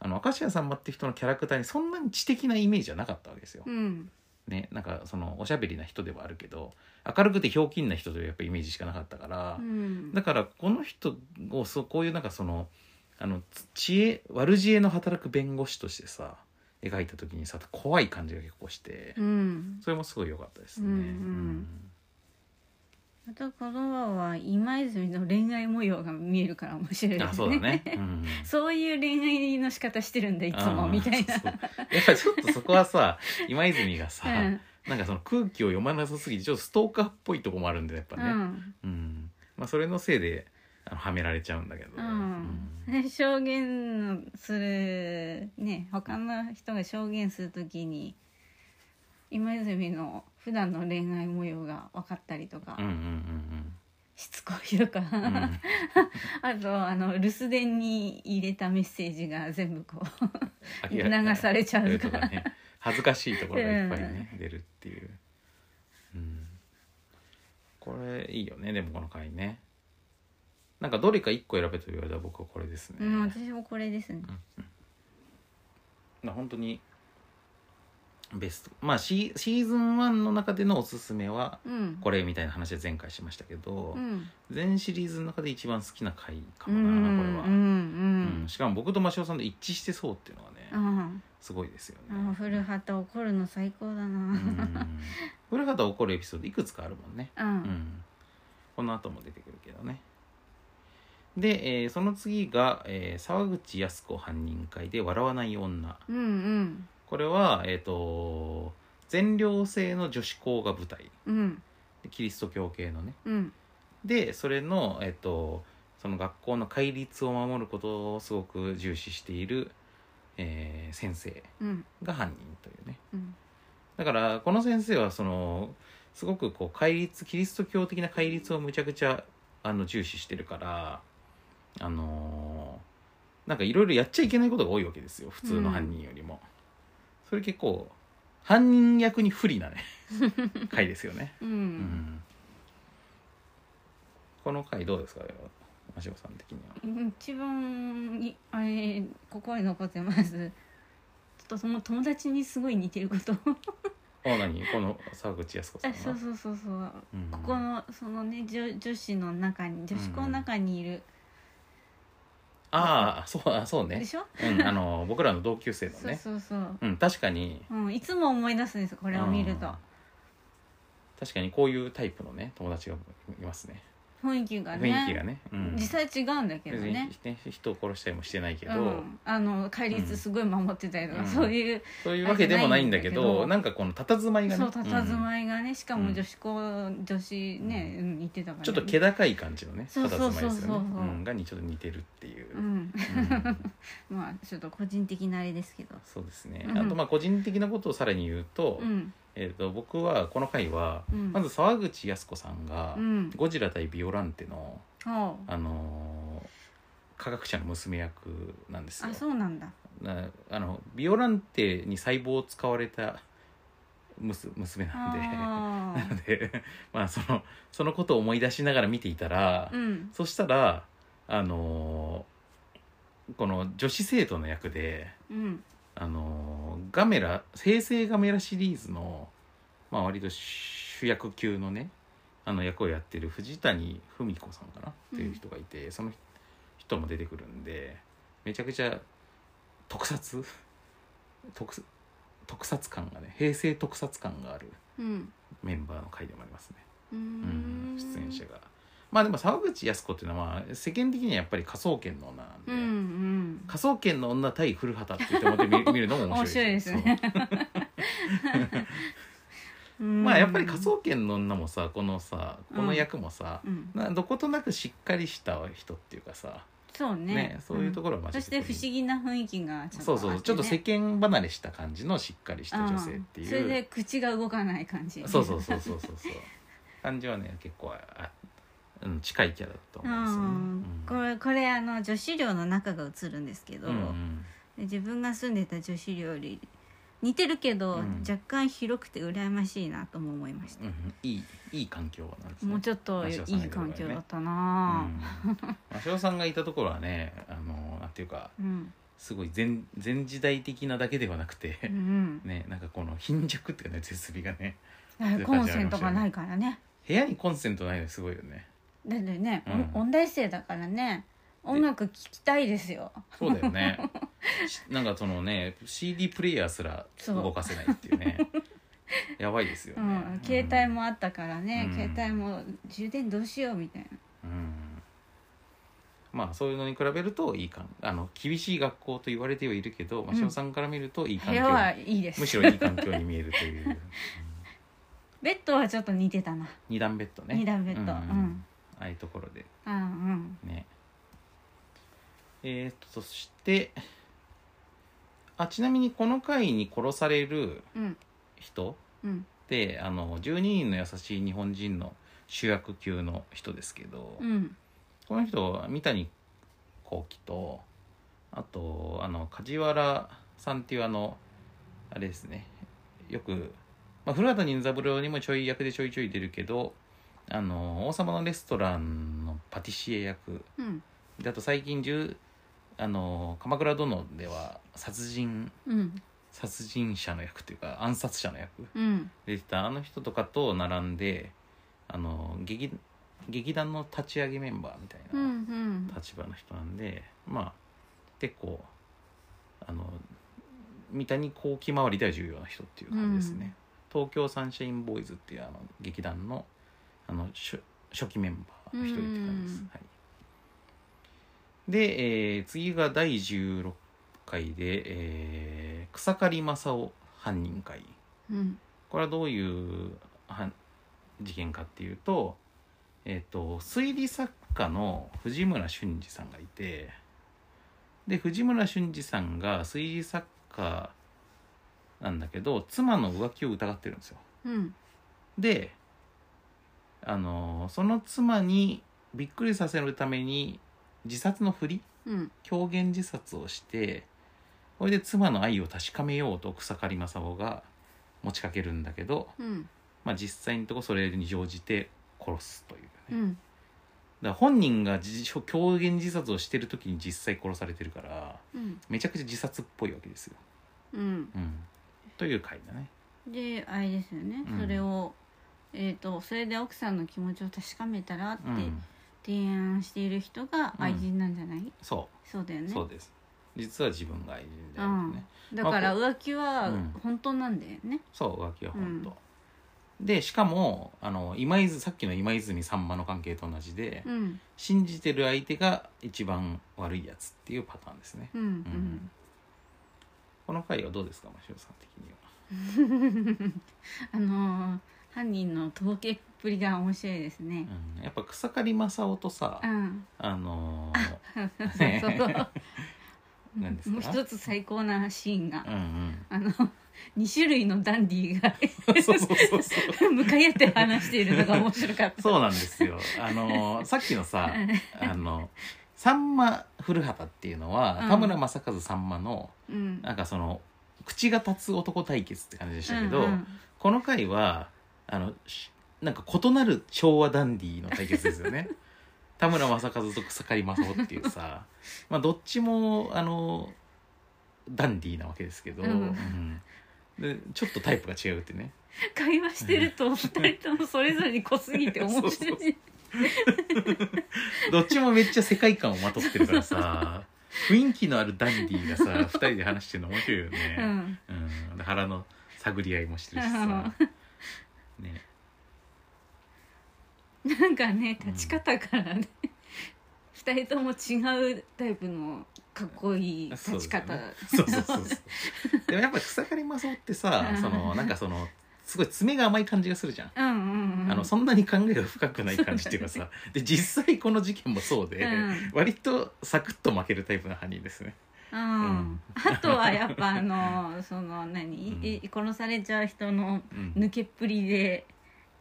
Speaker 1: あの明石家さんまって人のキャラクターにそんなに知的なイメージはなかったわけですよ。
Speaker 2: うん
Speaker 1: ね、なんかそのおしゃべりな人ではあるけど明るくてひょうきんな人というやっぱイメージしかなかったから、だからこの人をそうこういうなんかそのあのつ知恵悪知恵の働く弁護士としてさ描いた時にさ怖い感じが結構して、
Speaker 2: うん
Speaker 1: それもすごい良かったですね。
Speaker 2: うんうんまたこの輪は今泉の恋愛模様が見えるから面白い
Speaker 1: うん
Speaker 2: で
Speaker 1: あ
Speaker 2: す
Speaker 1: そうだね、うん
Speaker 2: そういう恋愛の仕方してるん だいつも
Speaker 1: うん
Speaker 2: みたいな
Speaker 1: そうそうやっぱりちょっとそこはさ今泉がさ、
Speaker 2: うん
Speaker 1: なんかその空気を読まなさすぎてちょっとストーカーっぽいとこもあるんでやっぱ
Speaker 2: う
Speaker 1: ね、
Speaker 2: ん
Speaker 1: うんまあ、それのせいであのはめられちゃうんだけど、
Speaker 2: うんで証言するね他の人が証言するときに今泉の普段の恋愛模様が分かったりとか、
Speaker 1: うんうんうん
Speaker 2: しつこいとか、
Speaker 1: うんうん
Speaker 2: あとあの留守電に入れたメッセージが全部こう流されちゃう
Speaker 1: と
Speaker 2: か
Speaker 1: からね恥ずかしいところがいっぱいね、出るっていう、うん、これいいよねでもこの回ねなんかどれか一個選べと言われたら僕はこれですね、
Speaker 2: うん、私もこれですね。
Speaker 1: まあ本当にベストまあシーシーズン1の中でのおすすめは
Speaker 2: うん。
Speaker 1: これみたいな話は前回しましたけど、
Speaker 2: うん。
Speaker 1: 全シリーズの中で一番好きな回か
Speaker 2: う
Speaker 1: も
Speaker 2: ん。う
Speaker 1: な、
Speaker 2: ん
Speaker 1: これは、
Speaker 2: う
Speaker 1: うん
Speaker 2: ん。
Speaker 1: しかも僕と真オさんと一致してそうっていうのはね、
Speaker 2: うん。
Speaker 1: すごいですよね。
Speaker 2: ああ、古畑怒るの最高だ
Speaker 1: う
Speaker 2: な。
Speaker 1: ん古畑怒るエピソードいくつかあるもんね。
Speaker 2: う。
Speaker 1: うんん、この後も出てくるけどね。で、えーその次が、えー沢口靖子犯人会で笑わない女。
Speaker 2: うん。うん。
Speaker 1: これは、えっ、と、全寮制の女子校が舞台。
Speaker 2: うん。
Speaker 1: キリスト教系のね。
Speaker 2: うん。
Speaker 1: で、それの、えっ、と、その学校の戒律を守ることをすごく重視している、えー先生
Speaker 2: うん。
Speaker 1: が犯人というね。
Speaker 2: うん。
Speaker 1: だからこの先生はそのすごくこう戒律キリスト教的な戒律をむちゃくちゃあの重視してるからあのーなんかいろいろやっちゃいけないことが多いわけですよ普通の犯人よりも、それ結構犯人役に不利 なね回ですよね、
Speaker 2: う。
Speaker 1: うんん、この回どうですかマシオさん的には
Speaker 2: 一番いあれここに残ってますちょっとその友達にすごい似てること
Speaker 1: あ何この沢口靖子さん
Speaker 2: あ
Speaker 1: は
Speaker 2: そうそうそうそう
Speaker 1: うん
Speaker 2: ここのそのね女女子の中に女子校の中にいる、
Speaker 1: ああそうあそうね
Speaker 2: で、しょ
Speaker 1: うん、あの僕らの同級生のね
Speaker 2: そうそうそう、
Speaker 1: うん、確かに
Speaker 2: うん、いつも思い出すんですこれを見ると
Speaker 1: 確かにこういうタイプのね友達がいますね
Speaker 2: 雰囲気が
Speaker 1: 雰
Speaker 2: ね
Speaker 1: 囲気がね、うん、
Speaker 2: 実際違うんだけど
Speaker 1: 別に
Speaker 2: ね
Speaker 1: ね人を殺したりもしてないけ
Speaker 2: う
Speaker 1: ど、
Speaker 2: ん、あの戒律すごい守ってたりとか、
Speaker 1: うん
Speaker 2: そういう、
Speaker 1: そういうわけでもないんだけど
Speaker 2: ないんだけど
Speaker 1: なんかこの佇まいがね
Speaker 2: そう佇
Speaker 1: い、
Speaker 2: まいがねしかも
Speaker 1: うん
Speaker 2: 女子校、女子ね、うん、言ってたから、ね、
Speaker 1: ちょっと気高い感じのね
Speaker 2: そう
Speaker 1: 佇
Speaker 2: そうそ
Speaker 1: ま
Speaker 2: う
Speaker 1: いですよ
Speaker 2: そう
Speaker 1: ね
Speaker 2: そうそう
Speaker 1: うんがにちょっと似てるっていう、
Speaker 2: う
Speaker 1: うん
Speaker 2: ん、まあちょっと個人的なあれですけど
Speaker 1: そうですね、
Speaker 2: うん
Speaker 1: あとまあ個人的なことをさらに言うと,、
Speaker 2: うん
Speaker 1: えー、と僕はこの回は、
Speaker 2: うん
Speaker 1: まず沢口靖子さんが、
Speaker 2: うん
Speaker 1: ゴジラ対ビオランテの、
Speaker 2: ほう
Speaker 1: あのー科学者の娘役なんですよ
Speaker 2: あそうなんだ
Speaker 1: なあのビオランテに細胞を使われた娘娘なん
Speaker 2: あ
Speaker 1: で なのでまあそのそのことを思い出しながら見ていたら、
Speaker 2: ーうん
Speaker 1: そしたらあのーこの女子生徒の役で
Speaker 2: うん
Speaker 1: あのーガメラ平成ガメラシリーズの、まあ、割と主役級のねあの役をやってる藤谷文子さんかなっていう人がいて、その人も出てくるんでめちゃくちゃ特撮特特撮感がね平成特撮感がある
Speaker 2: うん
Speaker 1: メンバーの回でもありますね、
Speaker 2: うー
Speaker 1: うん
Speaker 2: ん
Speaker 1: 出演者が。まあでも沢口靖子っていうのはまあ世間的にはやっぱり科捜研の女なんで。
Speaker 2: うんうん
Speaker 1: 科捜研の女対古畑って言ってもらって見る見るのも面白い
Speaker 2: 面白いですね
Speaker 1: そう
Speaker 2: うん
Speaker 1: まあやっぱり科捜研の女もさこのさこの役もさ、
Speaker 2: うん
Speaker 1: などことなくしっかりした人っていうかさ、
Speaker 2: そうね
Speaker 1: ねそういうところは
Speaker 2: う
Speaker 1: マ
Speaker 2: んそして不思議な雰囲気がちょっと
Speaker 1: そうそう、ちょっと
Speaker 2: あて
Speaker 1: 世
Speaker 2: ね
Speaker 1: 間離れした感じのしっかりした女性っていう、
Speaker 2: んそれで 口が動かない感じ
Speaker 1: そうそうそうそうそうそう感じはね結構あうん、近いキャラだと
Speaker 2: う
Speaker 1: 思うんですよね。
Speaker 2: んこれこれあの女子寮の中が映るんですけど、
Speaker 1: うんうん
Speaker 2: で自分が住んでた女子寮より似てるけど、
Speaker 1: うん
Speaker 2: 若干広くて羨ましいなとも思いました
Speaker 1: うんう、んいいいい環境なんですね。
Speaker 2: もうちょっとい
Speaker 1: 足を下げ
Speaker 2: い
Speaker 1: るぐらいね
Speaker 2: 環境だったな
Speaker 1: うん鷲尾さんがいたところはねあのなんていうか
Speaker 2: うん
Speaker 1: すごい全全時代的なだけではなくて
Speaker 2: う、ん、
Speaker 1: ねなんかこの貧弱っていうかね設備がね
Speaker 2: うん、コンセントがないからね
Speaker 1: 部屋にコンセントないのすごいよね
Speaker 2: だってね、
Speaker 1: うん
Speaker 2: 音大生だからね音楽聴きたいですよ
Speaker 1: そうだよ ねしなんかそのね CD プレイヤーすら
Speaker 2: そう
Speaker 1: 動かせないっていうねやばいですよ
Speaker 2: う
Speaker 1: ね、
Speaker 2: ん、携帯もあったからね、
Speaker 1: うん
Speaker 2: 携帯も充電どうしようみたいな
Speaker 1: うんまあそういうのに比べるといいかんあの厳しい学校と言われてはいるけど
Speaker 2: ん
Speaker 1: 鷲尾さんから見るといい環
Speaker 2: 部
Speaker 1: 境、
Speaker 2: 屋はいいです
Speaker 1: むしろいい環境に見えるという。
Speaker 2: ベッドはちょっと似てたな
Speaker 1: 二段ベッドね
Speaker 2: 二段ベッド
Speaker 1: うん
Speaker 2: うん
Speaker 1: ああいうところで
Speaker 2: うん
Speaker 1: ねえー、っとそしてあちなみにこの回に殺される
Speaker 2: うんうん
Speaker 1: 人
Speaker 2: うん
Speaker 1: ってあの12人の優しい日本人の主役級の人ですけど、
Speaker 2: うん
Speaker 1: この人は三谷幸喜とあとあの梶原さんっていうあのあれですねよく、まあ、古畑任三郎にもちょい役でちょいちょい出るけどあの王様のレストランのパティシエ役
Speaker 2: うん
Speaker 1: であと最近十あの鎌倉殿では殺人
Speaker 2: うん
Speaker 1: 殺人者の役というか暗殺者の役
Speaker 2: うん
Speaker 1: 出てたあの人とかと並んであの劇劇団の立ち上げメンバーみたいな。
Speaker 2: うん
Speaker 1: 立場の人なんでまあ結構あの三谷幸喜周りでは重要な人っていう感じですね、東京サンシャインボーイズっていうあの劇団のあの初初期メンバーの一人って感じです、
Speaker 2: うん
Speaker 1: はい、で、えー次が第16回で、えー草刈正雄犯人会
Speaker 2: うん
Speaker 1: これはどういうは事件かっていうと,、えっと推理作家の藤村俊二さんがいてで藤村俊二さんが推理作家なんだけど妻の浮気を疑ってるんですよ。
Speaker 2: うん
Speaker 1: であのその妻にびっくりさせるために自殺のふり
Speaker 2: うん
Speaker 1: 狂言自殺をしてこれで妻の愛を確かめようと草刈正雄が持ちかけるんだけど
Speaker 2: うん
Speaker 1: まあ、実際のとこそれに乗じて殺すというね、
Speaker 2: う
Speaker 1: だから
Speaker 2: ん
Speaker 1: 本人が自狂言自殺をしてる時に実際殺されてるから
Speaker 2: うん
Speaker 1: めちゃくちゃ自殺っぽいわけですよ、
Speaker 2: うん
Speaker 1: うん、という回だね
Speaker 2: であれですよね、
Speaker 1: うん
Speaker 2: それをえー、とそれで奥さんの気持ちを確かめたらって
Speaker 1: うん
Speaker 2: 提案している人が愛人なんじゃない、
Speaker 1: そ
Speaker 2: そうだよ
Speaker 1: う、
Speaker 2: ね
Speaker 1: そうです実は自分が愛人であるってね、
Speaker 2: だから浮気は
Speaker 1: うん
Speaker 2: 本当なんだよね、
Speaker 1: そう浮気は本当、でしかもあの今泉さっきの今泉さんまの関係と同じで、
Speaker 2: うん
Speaker 1: 信じてる相手が一番悪いやつっていうパターンですね、
Speaker 2: うんうん、
Speaker 1: この回はどうですかマシオさん的には
Speaker 2: あのー犯人のとぼけっぷりが面白いですね。
Speaker 1: うんやっぱ草刈正雄とさ、
Speaker 2: うん、
Speaker 1: あのーね
Speaker 2: そう
Speaker 1: 何ですか
Speaker 2: もう一つ最高なシーンが、
Speaker 1: うん
Speaker 2: あの2種類のダンディーが
Speaker 1: うん、そうそうそうそう
Speaker 2: 向かい合って話しているのが面白かった。
Speaker 1: そうなんですよあのーさっきのさあのさんま古畑っていうのは、
Speaker 2: うん
Speaker 1: 田村正和さんまの
Speaker 2: うん、
Speaker 1: なんかその口が立つ男対決って感じでしたけど、
Speaker 2: うんうん
Speaker 1: この回はあのしなんか異なる昭和ダンディの対決ですよ ね田村正和と草刈正雄っていうさまあどっちもあのダンディなわけですけど、
Speaker 2: うん
Speaker 1: うんでちょっとタイプが違うってね
Speaker 2: 会話してると2人ともそれぞれに濃すぎて面
Speaker 1: そう
Speaker 2: 白
Speaker 1: そう
Speaker 2: い。
Speaker 1: どっちもめっちゃ世界観をまとってるから さ雰囲気のあるダンディーがさ2人で話してるの面白いよ
Speaker 2: う
Speaker 1: ね、
Speaker 2: ん
Speaker 1: うんで腹の探り合いもしてるし
Speaker 2: う
Speaker 1: さ
Speaker 2: ん、
Speaker 1: ね、
Speaker 2: なんかね立ち方からね、二2人とも違うタイプのかっこいい立ち方
Speaker 1: そうそうそうそうでもやっぱ草刈正雄ってさ
Speaker 2: うん
Speaker 1: そのなんかそのすごい爪が甘い感じがするじゃん、
Speaker 2: うんうんうん
Speaker 1: あのそんなに考えが深くない感じっていうか さで実際この事件もそうで、
Speaker 2: うん
Speaker 1: 割とサクッと負けるタイプの犯人ですね
Speaker 2: うん
Speaker 1: うん
Speaker 2: あとはやっぱあのその何、
Speaker 1: うん
Speaker 2: え殺されちゃう人の
Speaker 1: うん
Speaker 2: 抜けっぷりで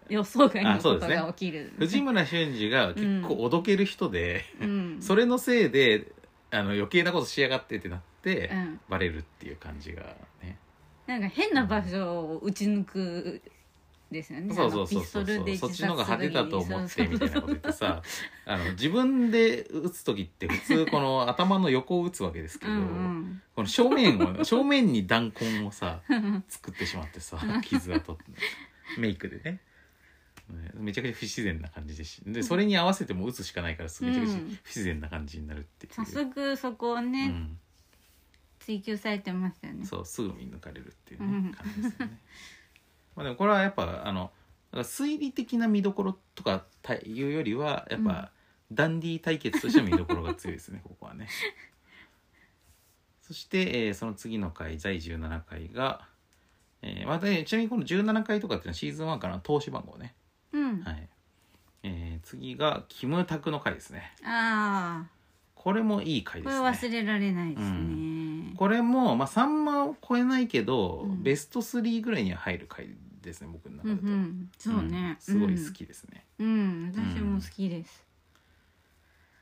Speaker 2: 予想外の
Speaker 1: あそう
Speaker 2: こ
Speaker 1: で
Speaker 2: と
Speaker 1: すね
Speaker 2: が起きる、
Speaker 1: 藤村俊二が結構おどける人で、
Speaker 2: うん、
Speaker 1: それのせいであの余計なことしやがってってなって、
Speaker 2: うん
Speaker 1: バレるっていう感じがね
Speaker 2: なんか変な場所を撃ち抜くですよね
Speaker 1: そうそうそうそ
Speaker 2: あ
Speaker 1: う
Speaker 2: のピストルで
Speaker 1: そっ
Speaker 2: 自殺
Speaker 1: ちの方が派手だと思ってみたいなこと言って
Speaker 2: そう そう
Speaker 1: さあの自分で打つ時って普通この頭の横を打つわけですけ
Speaker 2: そう
Speaker 1: ど
Speaker 2: うんうん
Speaker 1: この正面 を正面に弾痕をさ作ってしまってさ傷跡メイクでねねめちゃくちゃ不自然な感じですしでそれに合わせても打つしかないからめちゃくちゃ
Speaker 2: うん
Speaker 1: 不自然な感じになるっていう、
Speaker 2: 早速そこをね、
Speaker 1: うん
Speaker 2: 追求されてましたよね
Speaker 1: そうすぐ見抜かれるっていう、
Speaker 2: う
Speaker 1: ね
Speaker 2: ん、
Speaker 1: 感じですよね。 まあでもこれはやっぱあのだから推理的な見どころとかたいうよりはやっぱ、ダンディ対決としての見どころが強いですね ここはね。そして、えーその次の回第17回が、えーまた、ね、ちなみにこの17回とかっていうのはシーズン1からの投資番号ね。
Speaker 2: うん、
Speaker 1: はいえー次がキムタクの回ですね。
Speaker 2: ああ
Speaker 1: これもいい回
Speaker 2: こ
Speaker 1: です
Speaker 2: れ
Speaker 1: ね。
Speaker 2: 忘れられないですね、
Speaker 1: うこれも、まあ、3万を超えないけど、
Speaker 2: うん
Speaker 1: ベスト3ぐらいには入る回ですね僕の
Speaker 2: う
Speaker 1: 中だ
Speaker 2: んう
Speaker 1: と、
Speaker 2: ん、そうね、
Speaker 1: んすごい好きですね、
Speaker 2: うん、うん、私も好きです、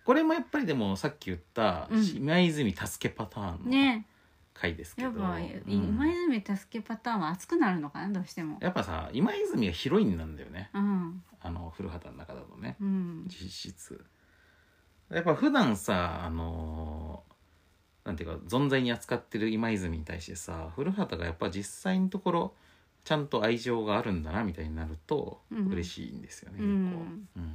Speaker 1: これもやっぱりでもさっき言った
Speaker 2: うん
Speaker 1: 今泉助けパターンの
Speaker 2: ね
Speaker 1: 回ですけ
Speaker 2: や
Speaker 1: ど、
Speaker 2: っぱ、
Speaker 1: うん
Speaker 2: 今泉助けパターンは熱くなるのかなどうしても
Speaker 1: やっぱさ今泉がヒロインなんだよね
Speaker 2: うん
Speaker 1: あの古畑の中だとね
Speaker 2: うん
Speaker 1: 実質やっぱ普段さあのーなんていうか存在に扱ってる今泉に対してさ古畑がやっぱ実際のところちゃんと愛情があるんだなみたいになると
Speaker 2: うん
Speaker 1: 嬉しいんですよね、
Speaker 2: う
Speaker 1: 結構
Speaker 2: ん、
Speaker 1: うんだか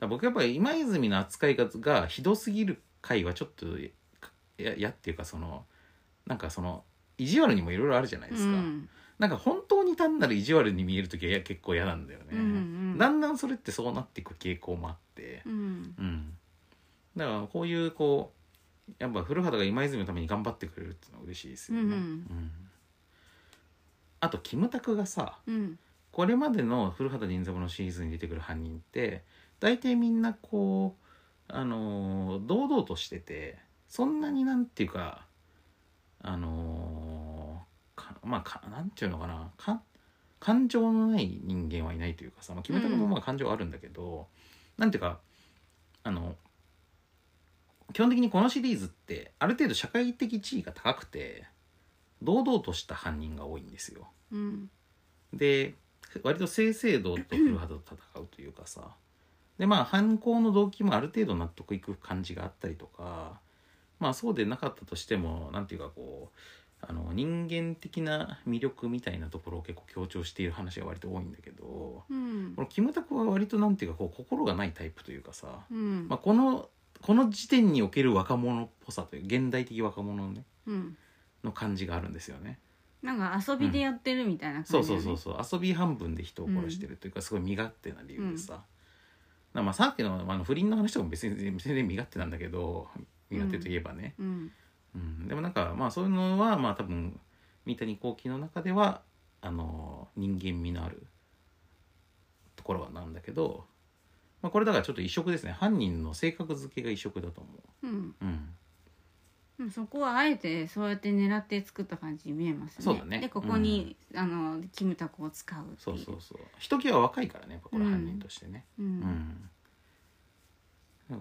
Speaker 1: ら僕やっぱり今泉の扱いががひどすぎる回はちょっとややっていうかそのなんかその意地悪にもいろいろあるじゃないですか、
Speaker 2: うん
Speaker 1: なんか本当に単なる意地悪に見える時は結構嫌なんだよね、
Speaker 2: うんうん
Speaker 1: だんだんそれってそうなっていく傾向もあって
Speaker 2: うん
Speaker 1: うんだからこういうこうやっぱ古畑が今泉のために頑張ってくれるっていうのは嬉しいですよね、
Speaker 2: うんうん
Speaker 1: んあとキムタクがさ
Speaker 2: うん
Speaker 1: これまでの古畑任三郎のシリーズに出てくる犯人って大体みんなこうあのー堂々としててそんなになんていうかあのーかまあかなんていうのかなか感情のない人間はいないというかさ、まあ、決めたこともまあ感情はあるんだけど、なんていうかあの基本的にこのシリーズってある程度社会的地位が高くて堂々とした犯人が多いんですよ。
Speaker 2: うん
Speaker 1: で割と正々堂々と古畑と戦うというかさでまあ犯行の動機もある程度納得いく感じがあったりとかまあそうでなかったとしてもなんていうかこうあの人間的な魅力みたいなところを結構強調している話が割と多いんだけど
Speaker 2: うん
Speaker 1: このキムタクは割となんていうかこう心がないタイプというかさ、
Speaker 2: うん
Speaker 1: まあ、このこの時点における若者っぽさという現代的若者のね
Speaker 2: うん
Speaker 1: の感じがあるんですよね。
Speaker 2: なんか遊びでやってるみたいな
Speaker 1: そ
Speaker 2: 感
Speaker 1: う
Speaker 2: じだ
Speaker 1: そ
Speaker 2: よ
Speaker 1: う
Speaker 2: ね、
Speaker 1: そうそう遊び半分で人を殺してるというか、すごい身勝手な理由でさ、だからまあさっきのあの不倫の話とかも別に全然身勝手なんだけど身勝手といえばね、
Speaker 2: うん
Speaker 1: うんでもなんかまあそういうのはまあ多分三谷幸喜の中ではあの人間味のあるところはなんだけど、まあ、これだからちょっと異色ですね犯人の性格付けが異色だと思
Speaker 2: うん
Speaker 1: う、うん、
Speaker 2: でもそこはあえてそうやって狙って作った感じに見えますね
Speaker 1: そうだね
Speaker 2: でここに、あのキムタクを使うってい
Speaker 1: そうそうそうひときわ若いからねやっぱこれ犯人としてね、
Speaker 2: う
Speaker 1: うんん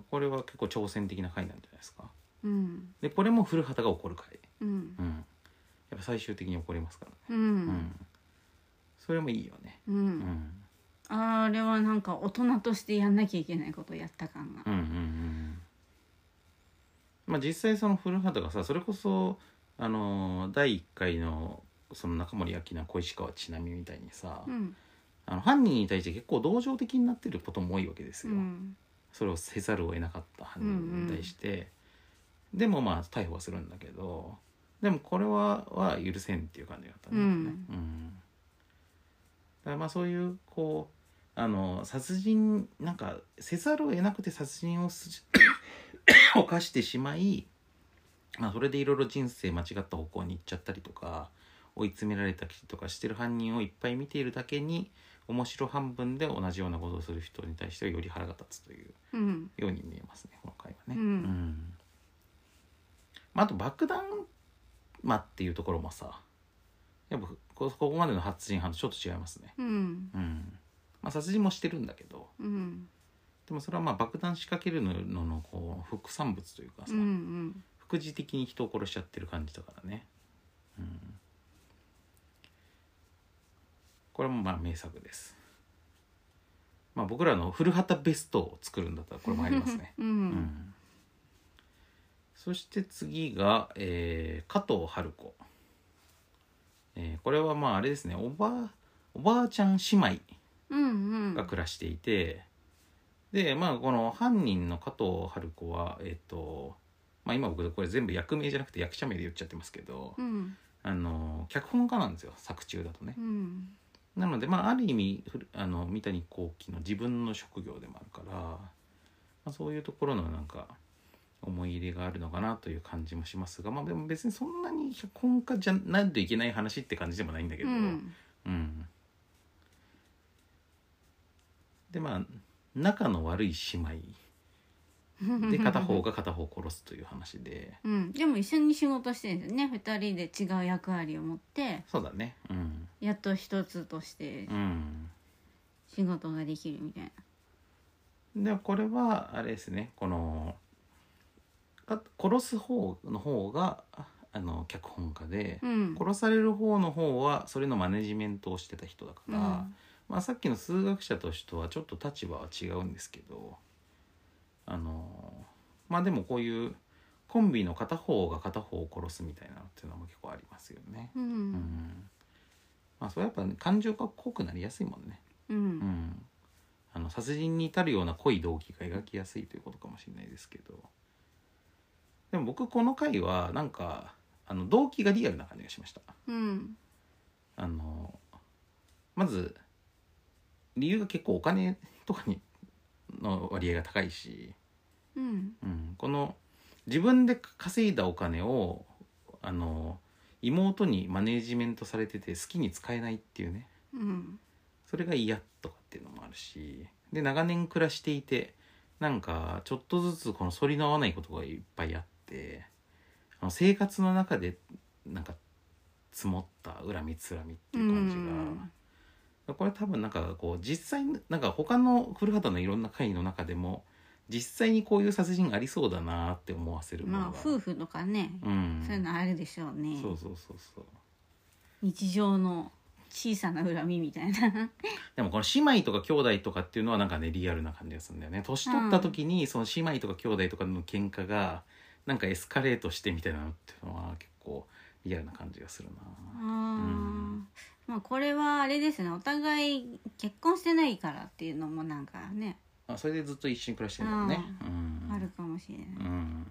Speaker 1: これは結構挑戦的な回なんじゃないですか
Speaker 2: うん
Speaker 1: でこれも古畑が怒る回、
Speaker 2: うん
Speaker 1: うん、やっぱ最終的に怒りますからね、
Speaker 2: う
Speaker 1: うん
Speaker 2: ん
Speaker 1: それもいいよね、
Speaker 2: う
Speaker 1: うんん、
Speaker 2: あれはなんか大人としてやんなきゃいけないことをやった感が
Speaker 1: うんうんうんまあ実際その古畑がさそれこそあのー第1回のその中森明菜小石川ちなみみたいにさ、
Speaker 2: うん
Speaker 1: あの犯人に対して結構同情的になってることも多いわけです
Speaker 2: う
Speaker 1: よ、
Speaker 2: ん
Speaker 1: それをせざるを得なかった犯人に対して、でもまあ逮捕はするんだけどでもこれはは許せんっていう感じだったね。
Speaker 2: うん
Speaker 1: うんだからまあそういうこうあの殺人なんかせざるを得なくて殺人を す犯してしまい、まあ、それでいろいろ人生間違った方向に行っちゃったりとか追い詰められたりとかしてる犯人をいっぱい見ているだけに面白半分で同じようなことをする人に対してはより腹が立つという
Speaker 2: うん
Speaker 1: ように見えますねこの回はね。
Speaker 2: うん
Speaker 1: まあ、あと爆弾魔っていうところもさやっぱこここまでの発人犯とちょっと違いますね。
Speaker 2: うん
Speaker 1: うん、まあ、殺人もしてるんだけど
Speaker 2: うん
Speaker 1: でもそれはまあ爆弾仕掛けるののこう副産物というか
Speaker 2: う
Speaker 1: さ、
Speaker 2: んうん
Speaker 1: 副次的に人を殺しちゃってる感じだからね、うん、これもまあ名作ですまあ僕らの古畑ベストを作るんだったらこれもありますね
Speaker 2: う
Speaker 1: うんんそして次が、えー加藤春子、えーこれはまああれですねおばおばあちゃん姉妹
Speaker 2: うんうん
Speaker 1: が暮らしていて、でまあこの犯人の加藤春子はえっ、とまあ今僕これ全部役名じゃなくて役者名で言っちゃってますけど、
Speaker 2: うん
Speaker 1: あの脚本家なんですよ作中だとね
Speaker 2: う。ん
Speaker 1: なのでまあある意味ふるあの三谷幸喜の自分の職業でもあるから、まあ、そういうところのなんか思い入れがあるのかなという感じもしますがまあでも別にそんなに脚本家じゃないといけない話って感じでもないんだけ
Speaker 2: う
Speaker 1: ど。
Speaker 2: ん
Speaker 1: うん、でまあ仲の悪い姉妹で片方が片方を殺すという話で
Speaker 2: うん、でも一緒に仕事してるんですよね二人で違う役割を持って
Speaker 1: そうだねうん
Speaker 2: やっと一つとして
Speaker 1: うん
Speaker 2: 仕事ができるみたいな
Speaker 1: でこれはあれですねこのか殺す方の方がああの脚本家で、
Speaker 2: うん
Speaker 1: 殺される方の方はそれのマネジメントをしてた人だから、まあ、さっきの数学者としてはちょっと立場は違うんですけどあのまあでもこういうコンビの片方が片方を殺すみたいなのっていうのも結構ありますよね。
Speaker 2: うんう
Speaker 1: うんんまあ、それはやっぱ、感情が濃くなりやすいもんね、
Speaker 2: う
Speaker 1: うんん、あの殺人に至るような濃い動機が描きやすいということかもしれないですけどでも僕この回はなんかあの動機がリアルな感じがしました。
Speaker 2: うん
Speaker 1: あのまず理由が結構お金とかにの割合が高いし、
Speaker 2: うん
Speaker 1: うん、この自分で稼いだお金をあの妹にマネージメントされてて好きに使えないっていうね
Speaker 2: うん
Speaker 1: それが嫌とかっていうのもあるしで長年暮らしていてなんかちょっとずつこの反りの合わないことがいっぱいあってあの生活の中でなんか積もった恨みつらみっていう感じがこれ多分なんかこう実際なんか他の古畑のいろんな会の中でも実際にこういう殺人ありそうだなって思わせるも
Speaker 2: まあ
Speaker 1: のが、
Speaker 2: 夫婦とかね、
Speaker 1: うん、
Speaker 2: そういうのあるでしょうね
Speaker 1: そうそうそうそう
Speaker 2: 日常の小さな恨みみた いな
Speaker 1: でもこの姉妹とか兄弟とかっていうのはなんかねリアルな感じがするんだよね年取った時にその姉妹とか兄弟とかの喧嘩がなんかエスカレートしてみたいなのっていうのは結構リアルな感じがする
Speaker 2: あ
Speaker 1: な
Speaker 2: ーまあこれはあれですねお互い結婚してないからっていうのもなんかね、
Speaker 1: あそれでずっと一緒に暮らしてるんだよねうん
Speaker 2: あるかもしれない、
Speaker 1: うん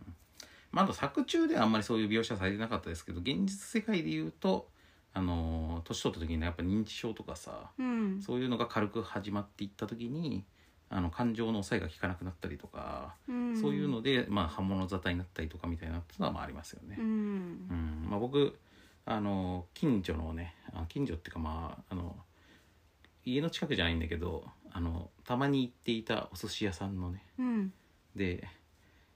Speaker 1: まああと作中ではあんまりそういう描写されてなかったですけど現実世界で言うとあのー年取った時にねやっぱ認知症とかさ
Speaker 2: うん
Speaker 1: そういうのが軽く始まっていった時にあの感情の抑えが効かなくなったりとか
Speaker 2: うん、
Speaker 1: そういうので、まあ、刃物沙汰になったりとかみたいなっていうのはまあありますよね。
Speaker 2: う
Speaker 1: うん
Speaker 2: ん
Speaker 1: まあ、僕あの近所のねあ近所っていうかまああの家の近くじゃないんだけどあのたまに行っていたお寿司屋さんのね
Speaker 2: うん
Speaker 1: で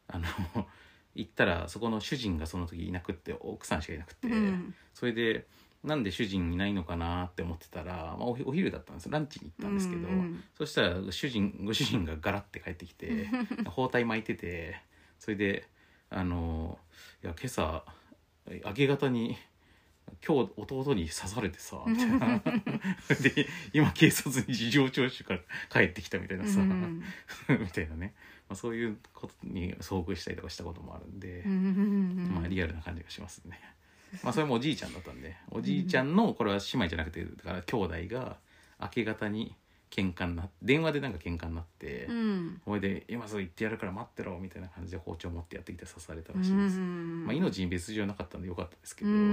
Speaker 1: あの 行ったらそこの主人がその時いなくって奥さんしかいなくて、
Speaker 2: うん
Speaker 1: それでなんで主人いないのかなって思ってたら、まあ、おお昼だったんですランチに行ったんですけど、
Speaker 2: うんうん
Speaker 1: そしたら主人ご主人がガラッて帰ってき て包帯巻いててそれであのいや今朝明け方に今日弟に刺されてさみたい なで今警察に事情聴取から帰ってきたみたいなさ、
Speaker 2: うん
Speaker 1: みたいなね、まあ、そういうことに遭遇したりとかしたこともあるんで
Speaker 2: うんう、ん
Speaker 1: まあ、リアルな感じがしますね。まあそれもおじいちゃんだったんでおじいちゃんのこれは姉妹じゃなくてだから兄弟が明け方に喧嘩になって電話でなんか喧嘩になって、
Speaker 2: うん
Speaker 1: それで「今すぐ行ってやるから待ってろ」みたいな感じで包丁持ってやってきて刺された
Speaker 2: う
Speaker 1: らしいです、
Speaker 2: ん
Speaker 1: まあ、命に別状なかったんでよかったですけど、
Speaker 2: う
Speaker 1: でも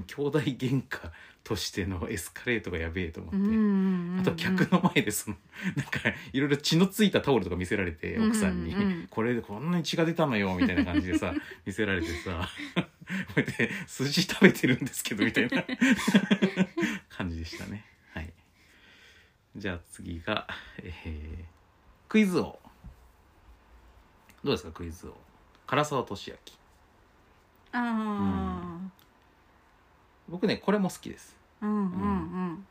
Speaker 2: ん
Speaker 1: 兄弟喧嘩としてのエスカレートがやべえと思って、
Speaker 2: うん
Speaker 1: あと客の前でその なんかいろいろ血のついたタオルとか見せられて
Speaker 2: うんうんうん
Speaker 1: 奥さんに「これでこんなに血が出たのよ」みたいな感じで さ見せられてさ「こうやって筋食べてるんですけど」みたい な感じでしたね。はい、じゃあ次が、えークイズ王どうですかクイズ王唐沢俊明
Speaker 2: あ
Speaker 1: 僕ねこれも好きです。
Speaker 2: あうんうんうん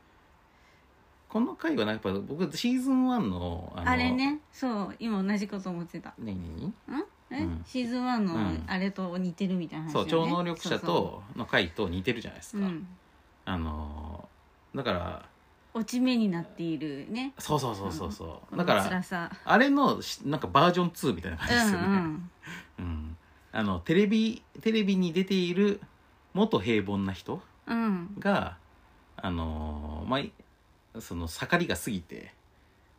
Speaker 1: この回はなんかやっぱ僕シーズン1のあの
Speaker 2: あれねそう今同じこと思ってたん
Speaker 1: 何何
Speaker 2: え、
Speaker 1: うん
Speaker 2: シーズン1の
Speaker 1: うん
Speaker 2: あれと似てるみたいな話、ね
Speaker 1: そう超能力者
Speaker 2: そう
Speaker 1: との回と似てるじゃないです
Speaker 2: そう
Speaker 1: か、
Speaker 2: うん
Speaker 1: あのだから
Speaker 2: 落ち目になっているね
Speaker 1: そうそうそうそうそう
Speaker 2: こ
Speaker 1: だ
Speaker 2: の
Speaker 1: から
Speaker 2: 辛さ
Speaker 1: あれのしなんかバージョン2みたいな感じですよね、
Speaker 2: うんうん
Speaker 1: うんあのテレビテレビに出ている元平凡な人
Speaker 2: うん
Speaker 1: があのーまあいその盛りが過ぎて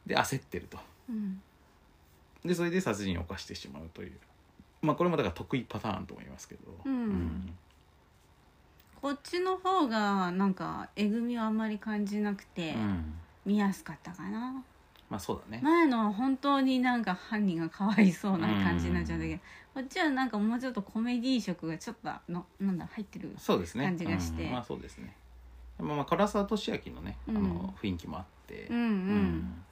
Speaker 1: で焦ってると
Speaker 2: うん
Speaker 1: でそれで殺人を犯してしまうというまあこれもだから得意パターンと思いますけど、
Speaker 2: うんこっちの方がなんかえぐみをあんまり感じなく
Speaker 1: う
Speaker 2: て
Speaker 1: ん
Speaker 2: 見やすかったかな、
Speaker 1: まあそうだね、
Speaker 2: 前のは本当になんか犯人がかわいそうな感じになっちゃうんだけど、こっちはなんかもうちょっとコメディ色がちょっとのなんだ入ってる
Speaker 1: そうですね
Speaker 2: 感じがして
Speaker 1: うんまあそうですねまあまあ唐沢俊明のねあ
Speaker 2: う
Speaker 1: の
Speaker 2: ん
Speaker 1: 雰囲気もあって、
Speaker 2: うんうん、
Speaker 1: うん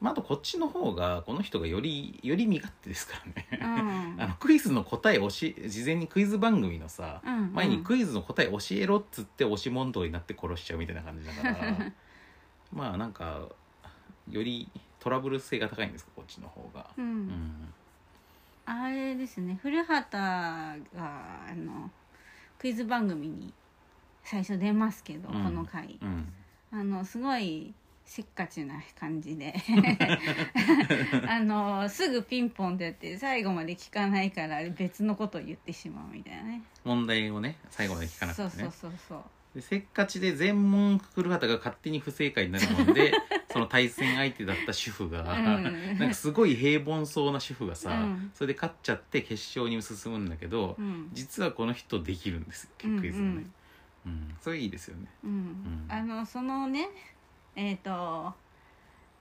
Speaker 1: まあ、あとこっちの方がこの人がよりより身勝手ですからね、
Speaker 2: う ん
Speaker 1: あのクイズの答えをし事前にクイズ番組のさ、
Speaker 2: うんうん
Speaker 1: 前にクイズの答え教えろっつって押し問答になって殺しちゃうみたいな感じだからまあなんかよりトラブル性が高いんですかこっちの方が、
Speaker 2: う、
Speaker 1: うんん
Speaker 2: あれですね古畑があのクイズ番組に最初出ますけど、
Speaker 1: うん
Speaker 2: この回
Speaker 1: うん
Speaker 2: あのすごいせっかちな感じであのすぐピンポンでやって最後まで聞かないから別のことを言ってしまうみたいなね
Speaker 1: 問題をね最後まで聞かなくて
Speaker 2: そ
Speaker 1: ね
Speaker 2: うそうそうそう
Speaker 1: でせっかちで全問古畑が勝手に不正解になるもん でその対戦相手だった主婦が、
Speaker 2: うん
Speaker 1: なんかすごい平凡そうな主婦がさ、
Speaker 2: うん
Speaker 1: それで勝っちゃって決勝に進むんだけど、
Speaker 2: うん
Speaker 1: 実はこの人できるんですクイズがね、うんそれいいですよね
Speaker 2: うん、
Speaker 1: うん
Speaker 2: あのそのねえっ、と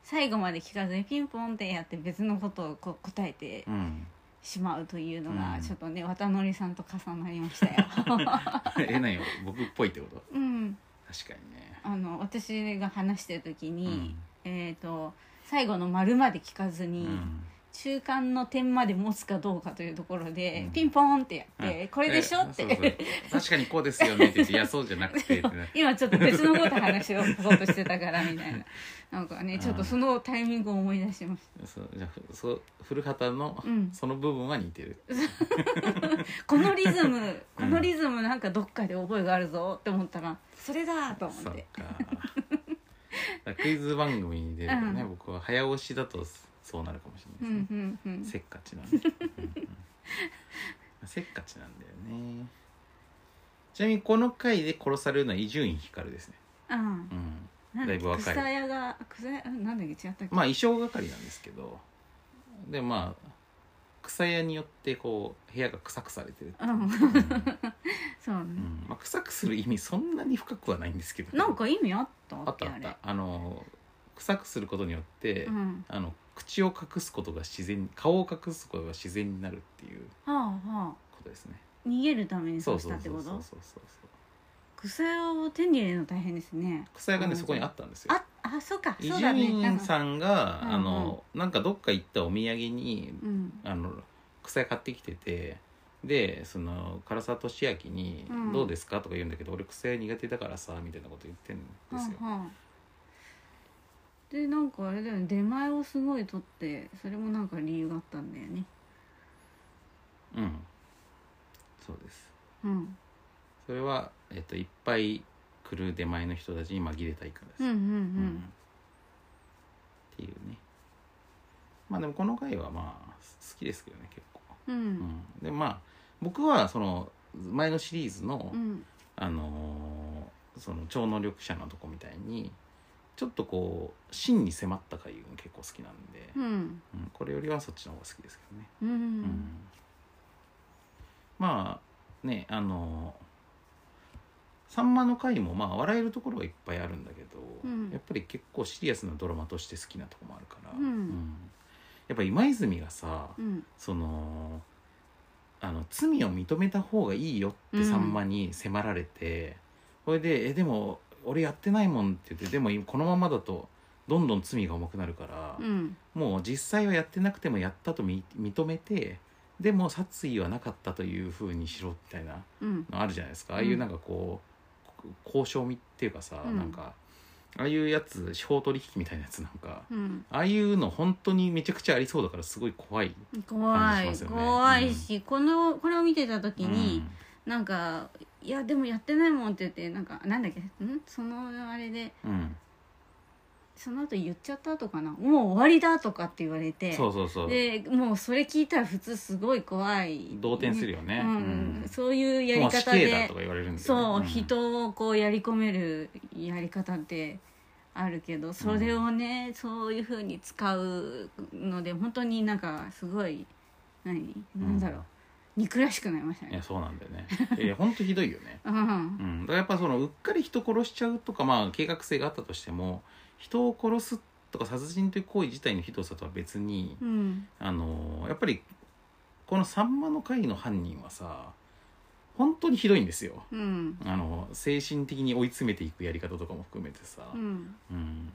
Speaker 2: 最後まで聞かずにピンポンってやって別のことをこう答えて
Speaker 1: うん
Speaker 2: しまうというのが
Speaker 1: うん
Speaker 2: ちょっとね、渡辺さんと重なりま したよ。
Speaker 1: え何僕っぽいってこと
Speaker 2: うん、
Speaker 1: 確かにね
Speaker 2: あの私が話してる時に、えっ、と最後の丸まで聞かず
Speaker 1: う
Speaker 2: に、
Speaker 1: ん
Speaker 2: 中間の点まで持つかどうかというところで、
Speaker 1: うん
Speaker 2: ピンポーンってや
Speaker 1: う
Speaker 2: っ
Speaker 1: ん
Speaker 2: て、これでしょ
Speaker 1: え
Speaker 2: って
Speaker 1: そうそう確かにこうですよねって言っていやそうじゃなくてってね
Speaker 2: 今ちょっと別のこと話をそうとしてたからみたいななんかねちょっとそのタイミングを思い出しまし
Speaker 1: そうじゃあふそう古畑の
Speaker 2: た、うん、
Speaker 1: その部分は似てる、
Speaker 2: この リズムこのリズムなんかどっかで覚えがあるぞって思ったらそれだと思
Speaker 1: そ
Speaker 2: っ
Speaker 1: うか
Speaker 2: て
Speaker 1: だからクイズ番組に出るとね、
Speaker 2: うん
Speaker 1: 僕は早押しだとそうなるかもし
Speaker 2: う
Speaker 1: れないですね、
Speaker 2: んうんうん
Speaker 1: せっかちなんで、うんうんせっかちなんだよねちなみにこの回で殺されるのは伊集院光ですね、
Speaker 2: うん
Speaker 1: うん、
Speaker 2: なん
Speaker 1: だいぶ若い
Speaker 2: 草屋が草屋うんなんだっけ違ったっけ、
Speaker 1: まあ衣装係なんですけどでまあ草屋によってこう部屋が臭くされてる、
Speaker 2: うん、
Speaker 1: う
Speaker 2: そうね、
Speaker 1: んまあ、臭くする意味そんなに深くはないんですけど
Speaker 2: なんか意味あった
Speaker 1: あっ
Speaker 2: っけ
Speaker 1: たあ
Speaker 2: あ
Speaker 1: っ
Speaker 2: れ
Speaker 1: たあの臭くすることによって、
Speaker 2: うん
Speaker 1: あの口を隠すことが自然顔を隠すことが自然になるっていう
Speaker 2: はあは
Speaker 1: ことですね
Speaker 2: あ逃げるために
Speaker 1: そ
Speaker 2: そううし
Speaker 1: そう
Speaker 2: た
Speaker 1: そ
Speaker 2: っ
Speaker 1: う
Speaker 2: て
Speaker 1: そうそう
Speaker 2: こと
Speaker 1: そうそう
Speaker 2: 草屋を手に入れるの大変ですね
Speaker 1: 草屋がね
Speaker 2: うん
Speaker 1: そこにあったんですよ
Speaker 2: ああそうか
Speaker 1: 伊
Speaker 2: そう
Speaker 1: 集
Speaker 2: だねなん
Speaker 1: 院
Speaker 2: か
Speaker 1: さんが、
Speaker 2: うんうん
Speaker 1: あのなんかどっか行ったお土産に
Speaker 2: うん
Speaker 1: あの草屋買ってきててでその唐沢俊明に「
Speaker 2: うん
Speaker 1: どうですか?」とか言うんだけど「俺草屋苦手だからさ」みたいなこと言ってんですよ。
Speaker 2: はあはあでなんかあれだよね出前をすごい取ってそれもなんか理由があったんだよね
Speaker 1: うん、そうです
Speaker 2: うん
Speaker 1: それは、えっと、いっぱい来る出前の人たちに紛れたいからです。
Speaker 2: うんうん
Speaker 1: うんっていうねまあでもこの回はまあ好きですけどね結構。
Speaker 2: うんう
Speaker 1: うんん、でまあ僕はその前のシリーズの、
Speaker 2: うん
Speaker 1: あのーその超能力者のとこみたいにちょっとこう真に迫った回が結構好きなんで、
Speaker 2: うん
Speaker 1: うんこれよりはそっちの方が好きですけどね、
Speaker 2: うんう
Speaker 1: うん
Speaker 2: ん
Speaker 1: まあねあのーさんまの回もまあ笑えるところはいっぱいあるんだけど、
Speaker 2: うん
Speaker 1: やっぱり結構シリアスなドラマとして好きなとこもあるから、
Speaker 2: うん
Speaker 1: やっぱ今泉がさ、
Speaker 2: うん
Speaker 1: そのあの罪を認めた方がいいよってさんまに迫られて、それで「えでも俺やってないもん」って言って「でもこのままだとどんどん罪が重くなるから、
Speaker 2: うん
Speaker 1: もう実際はやってなくてもやったとみ認めてでも殺意はなかったというふうにしろ」みたいな
Speaker 2: うん
Speaker 1: のあるじゃないですか、
Speaker 2: うん
Speaker 1: ああいうなんかこうこ交渉みっていうかさ、
Speaker 2: うん
Speaker 1: なんかああいうやつ司法取引みたいなやつなんか
Speaker 2: うん、
Speaker 1: ああいうの本当にめちゃくちゃありそうだからすごい怖い、
Speaker 2: 怖
Speaker 1: 感じしま
Speaker 2: い、
Speaker 1: すよね
Speaker 2: 怖いし、このこれを見てた時に、
Speaker 1: うん
Speaker 2: なんか「いやでもやってないもん」って言ってなんかなんだっけんそのあれで
Speaker 1: うん、
Speaker 2: その後言っちゃったとかなもう終わりだとかって言われて
Speaker 1: そうそうそう
Speaker 2: でもうそれ聞いたら普通すごい怖い
Speaker 1: 動転するよね
Speaker 2: うん
Speaker 1: うん
Speaker 2: そういうや
Speaker 1: も
Speaker 2: り
Speaker 1: う死
Speaker 2: 方
Speaker 1: 刑だ
Speaker 2: で
Speaker 1: とか言われるんです
Speaker 2: そう、
Speaker 1: よ、ね、ん
Speaker 2: 人をこうやり込めるやり方ってあるけどそれをね、そういうふうに使うので本当になんかすごい何なんだろう、憎らしくなりました
Speaker 1: いや
Speaker 2: ね。
Speaker 1: そうなんだよねいや本当ひどいよね
Speaker 2: うん
Speaker 1: うん、だからやっぱそのうっかり人殺しちゃうとか、まあ、計画性があったとしても人を殺すとか殺人という行為自体のひどさとは別に、
Speaker 2: うん
Speaker 1: あのーやっぱりこの「さんまの会」の犯人はさ本当にひどいんですよ、
Speaker 2: うん
Speaker 1: あの精神的に追い詰めていくやり方とかも含めてさ、
Speaker 2: うん
Speaker 1: うん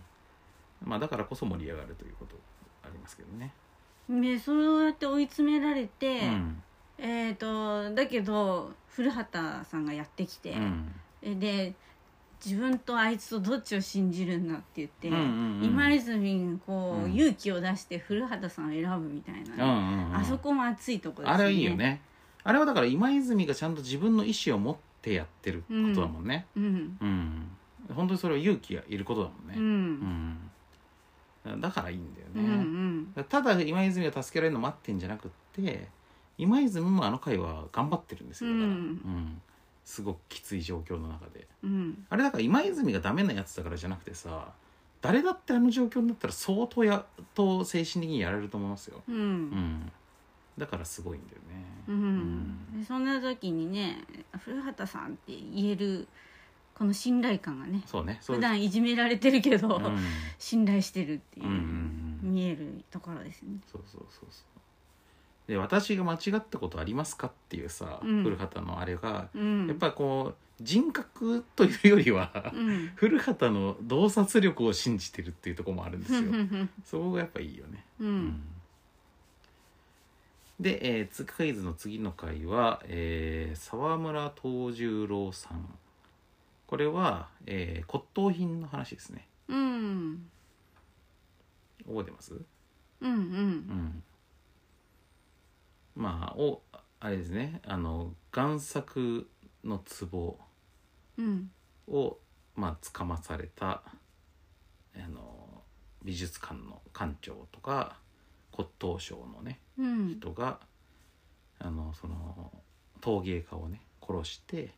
Speaker 1: まあ、だからこそ盛り上がるということありますけどね。
Speaker 2: でそうやって追い詰められて、
Speaker 1: うん
Speaker 2: えっ、とだけど古畑さんがやってきて
Speaker 1: う、ん
Speaker 2: えで自分とあいつとどっちを信じるんだって言って、
Speaker 1: うんうんうん
Speaker 2: 今泉がこう、
Speaker 1: うん
Speaker 2: 勇気を出して古畑さんを選ぶみたい
Speaker 1: うんう
Speaker 2: な、
Speaker 1: んうん
Speaker 2: あそこも熱いとこです
Speaker 1: あれはいいよねあれはだから今泉がちゃんと自分の意思を持ってやってることだもんね
Speaker 2: うん
Speaker 1: うん、本当にそれは勇気がいることだもん
Speaker 2: う
Speaker 1: ね、
Speaker 2: ん
Speaker 1: うんだからいいんだよ
Speaker 2: う
Speaker 1: ね、
Speaker 2: ん
Speaker 1: ただ今泉が助けられるの待ってんじゃなくって今泉もあの回は頑張ってるんですよだから、
Speaker 2: うん
Speaker 1: んすごくきつい状況の中で
Speaker 2: うん
Speaker 1: あれだから今泉がダメなやつだからじゃなくてさ誰だってあの状況になったら相当やと精神的にやられると思いますよ、
Speaker 2: うんう
Speaker 1: うんん、だからすごいんだよね、
Speaker 2: うんでそんな時にね古畑さんって言えるこの信頼感がね
Speaker 1: そうねそう
Speaker 2: 普
Speaker 1: いう
Speaker 2: 段いじめられてるけど、
Speaker 1: うん、
Speaker 2: 信頼してるっていう、
Speaker 1: うんうんうん
Speaker 2: 見えるところですね。
Speaker 1: そうそうそうそうで私が間違ったことありますかっていうさ、
Speaker 2: うん
Speaker 1: 古畑のあれが、
Speaker 2: うん、
Speaker 1: やっぱこう人格というよりは、
Speaker 2: うん、
Speaker 1: 古畑の洞察力を信じてるっていうところもあるんです
Speaker 2: ふ
Speaker 1: よ
Speaker 2: んふん ふん
Speaker 1: そこがやっぱいいよね、
Speaker 2: う
Speaker 1: うんで、えー、つクイズの次の回は、えー沢村藤十郎さんこれは、えー骨董品の話ですね
Speaker 2: うん
Speaker 1: 覚えてます
Speaker 2: うんうん
Speaker 1: うん、まあおあれですねあの贋作の壺
Speaker 2: うん
Speaker 1: をまあつかまされたあの美術館の館長とか骨董省のね
Speaker 2: うん
Speaker 1: 人があのその陶芸家をね殺して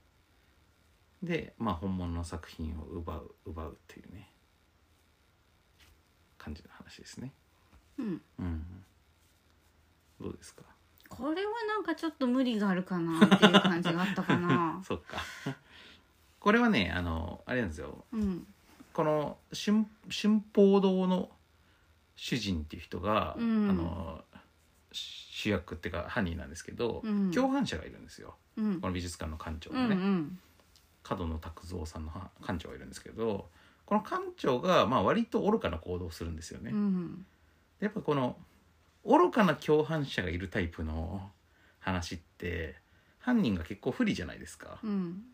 Speaker 1: でまあ本物の作品を奪う奪うっていうね感じの話ですね。
Speaker 2: うん
Speaker 1: うん、どうですか
Speaker 2: これはなんかちょっと無理があるかなっていう感じがあったかな。
Speaker 1: そっか。 これはね、あの、あれなんですよ。
Speaker 2: うん
Speaker 1: この春春宝堂の主人っていう人が、
Speaker 2: うん
Speaker 1: あの主役っていうか犯人なんですけど、
Speaker 2: うん
Speaker 1: 共犯者がいるんですよ。
Speaker 2: うん
Speaker 1: この美術館の館長
Speaker 2: う
Speaker 1: のね、
Speaker 2: ん
Speaker 1: 角野卓造さんのは館長がいるんですけど、この館長がまあ割と愚かな行動をするんですよね。
Speaker 2: うん
Speaker 1: やっぱこの愚かな共犯者がいるタイプの話って犯人が結構不利じゃないですか。
Speaker 2: うん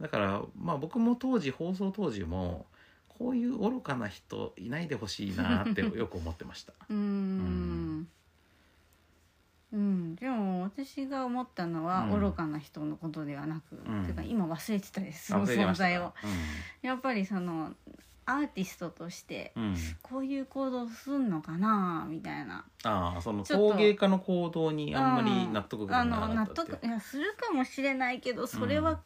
Speaker 1: だからまあ僕も当時放送当時もこういう愚かな人いないでほしいな ってよく思ってました。
Speaker 2: うんうんうんでも私が思ったのは
Speaker 1: うん
Speaker 2: 愚かな人のことではなく、
Speaker 1: ん
Speaker 2: ていうか今忘れてたですそ
Speaker 1: あ
Speaker 2: の
Speaker 1: 忘れて
Speaker 2: 存
Speaker 1: ました
Speaker 2: 在を。やっぱりそのアーティストとして
Speaker 1: うんうん
Speaker 2: こういう行動すんのかなみたいな
Speaker 1: ああその
Speaker 2: ちょっと
Speaker 1: 陶芸家の行動にあんまり納得が
Speaker 2: あ
Speaker 1: いか
Speaker 2: の
Speaker 1: なか
Speaker 2: 納
Speaker 1: ったっ
Speaker 2: 得
Speaker 1: て
Speaker 2: いやするかもしれないけどそれは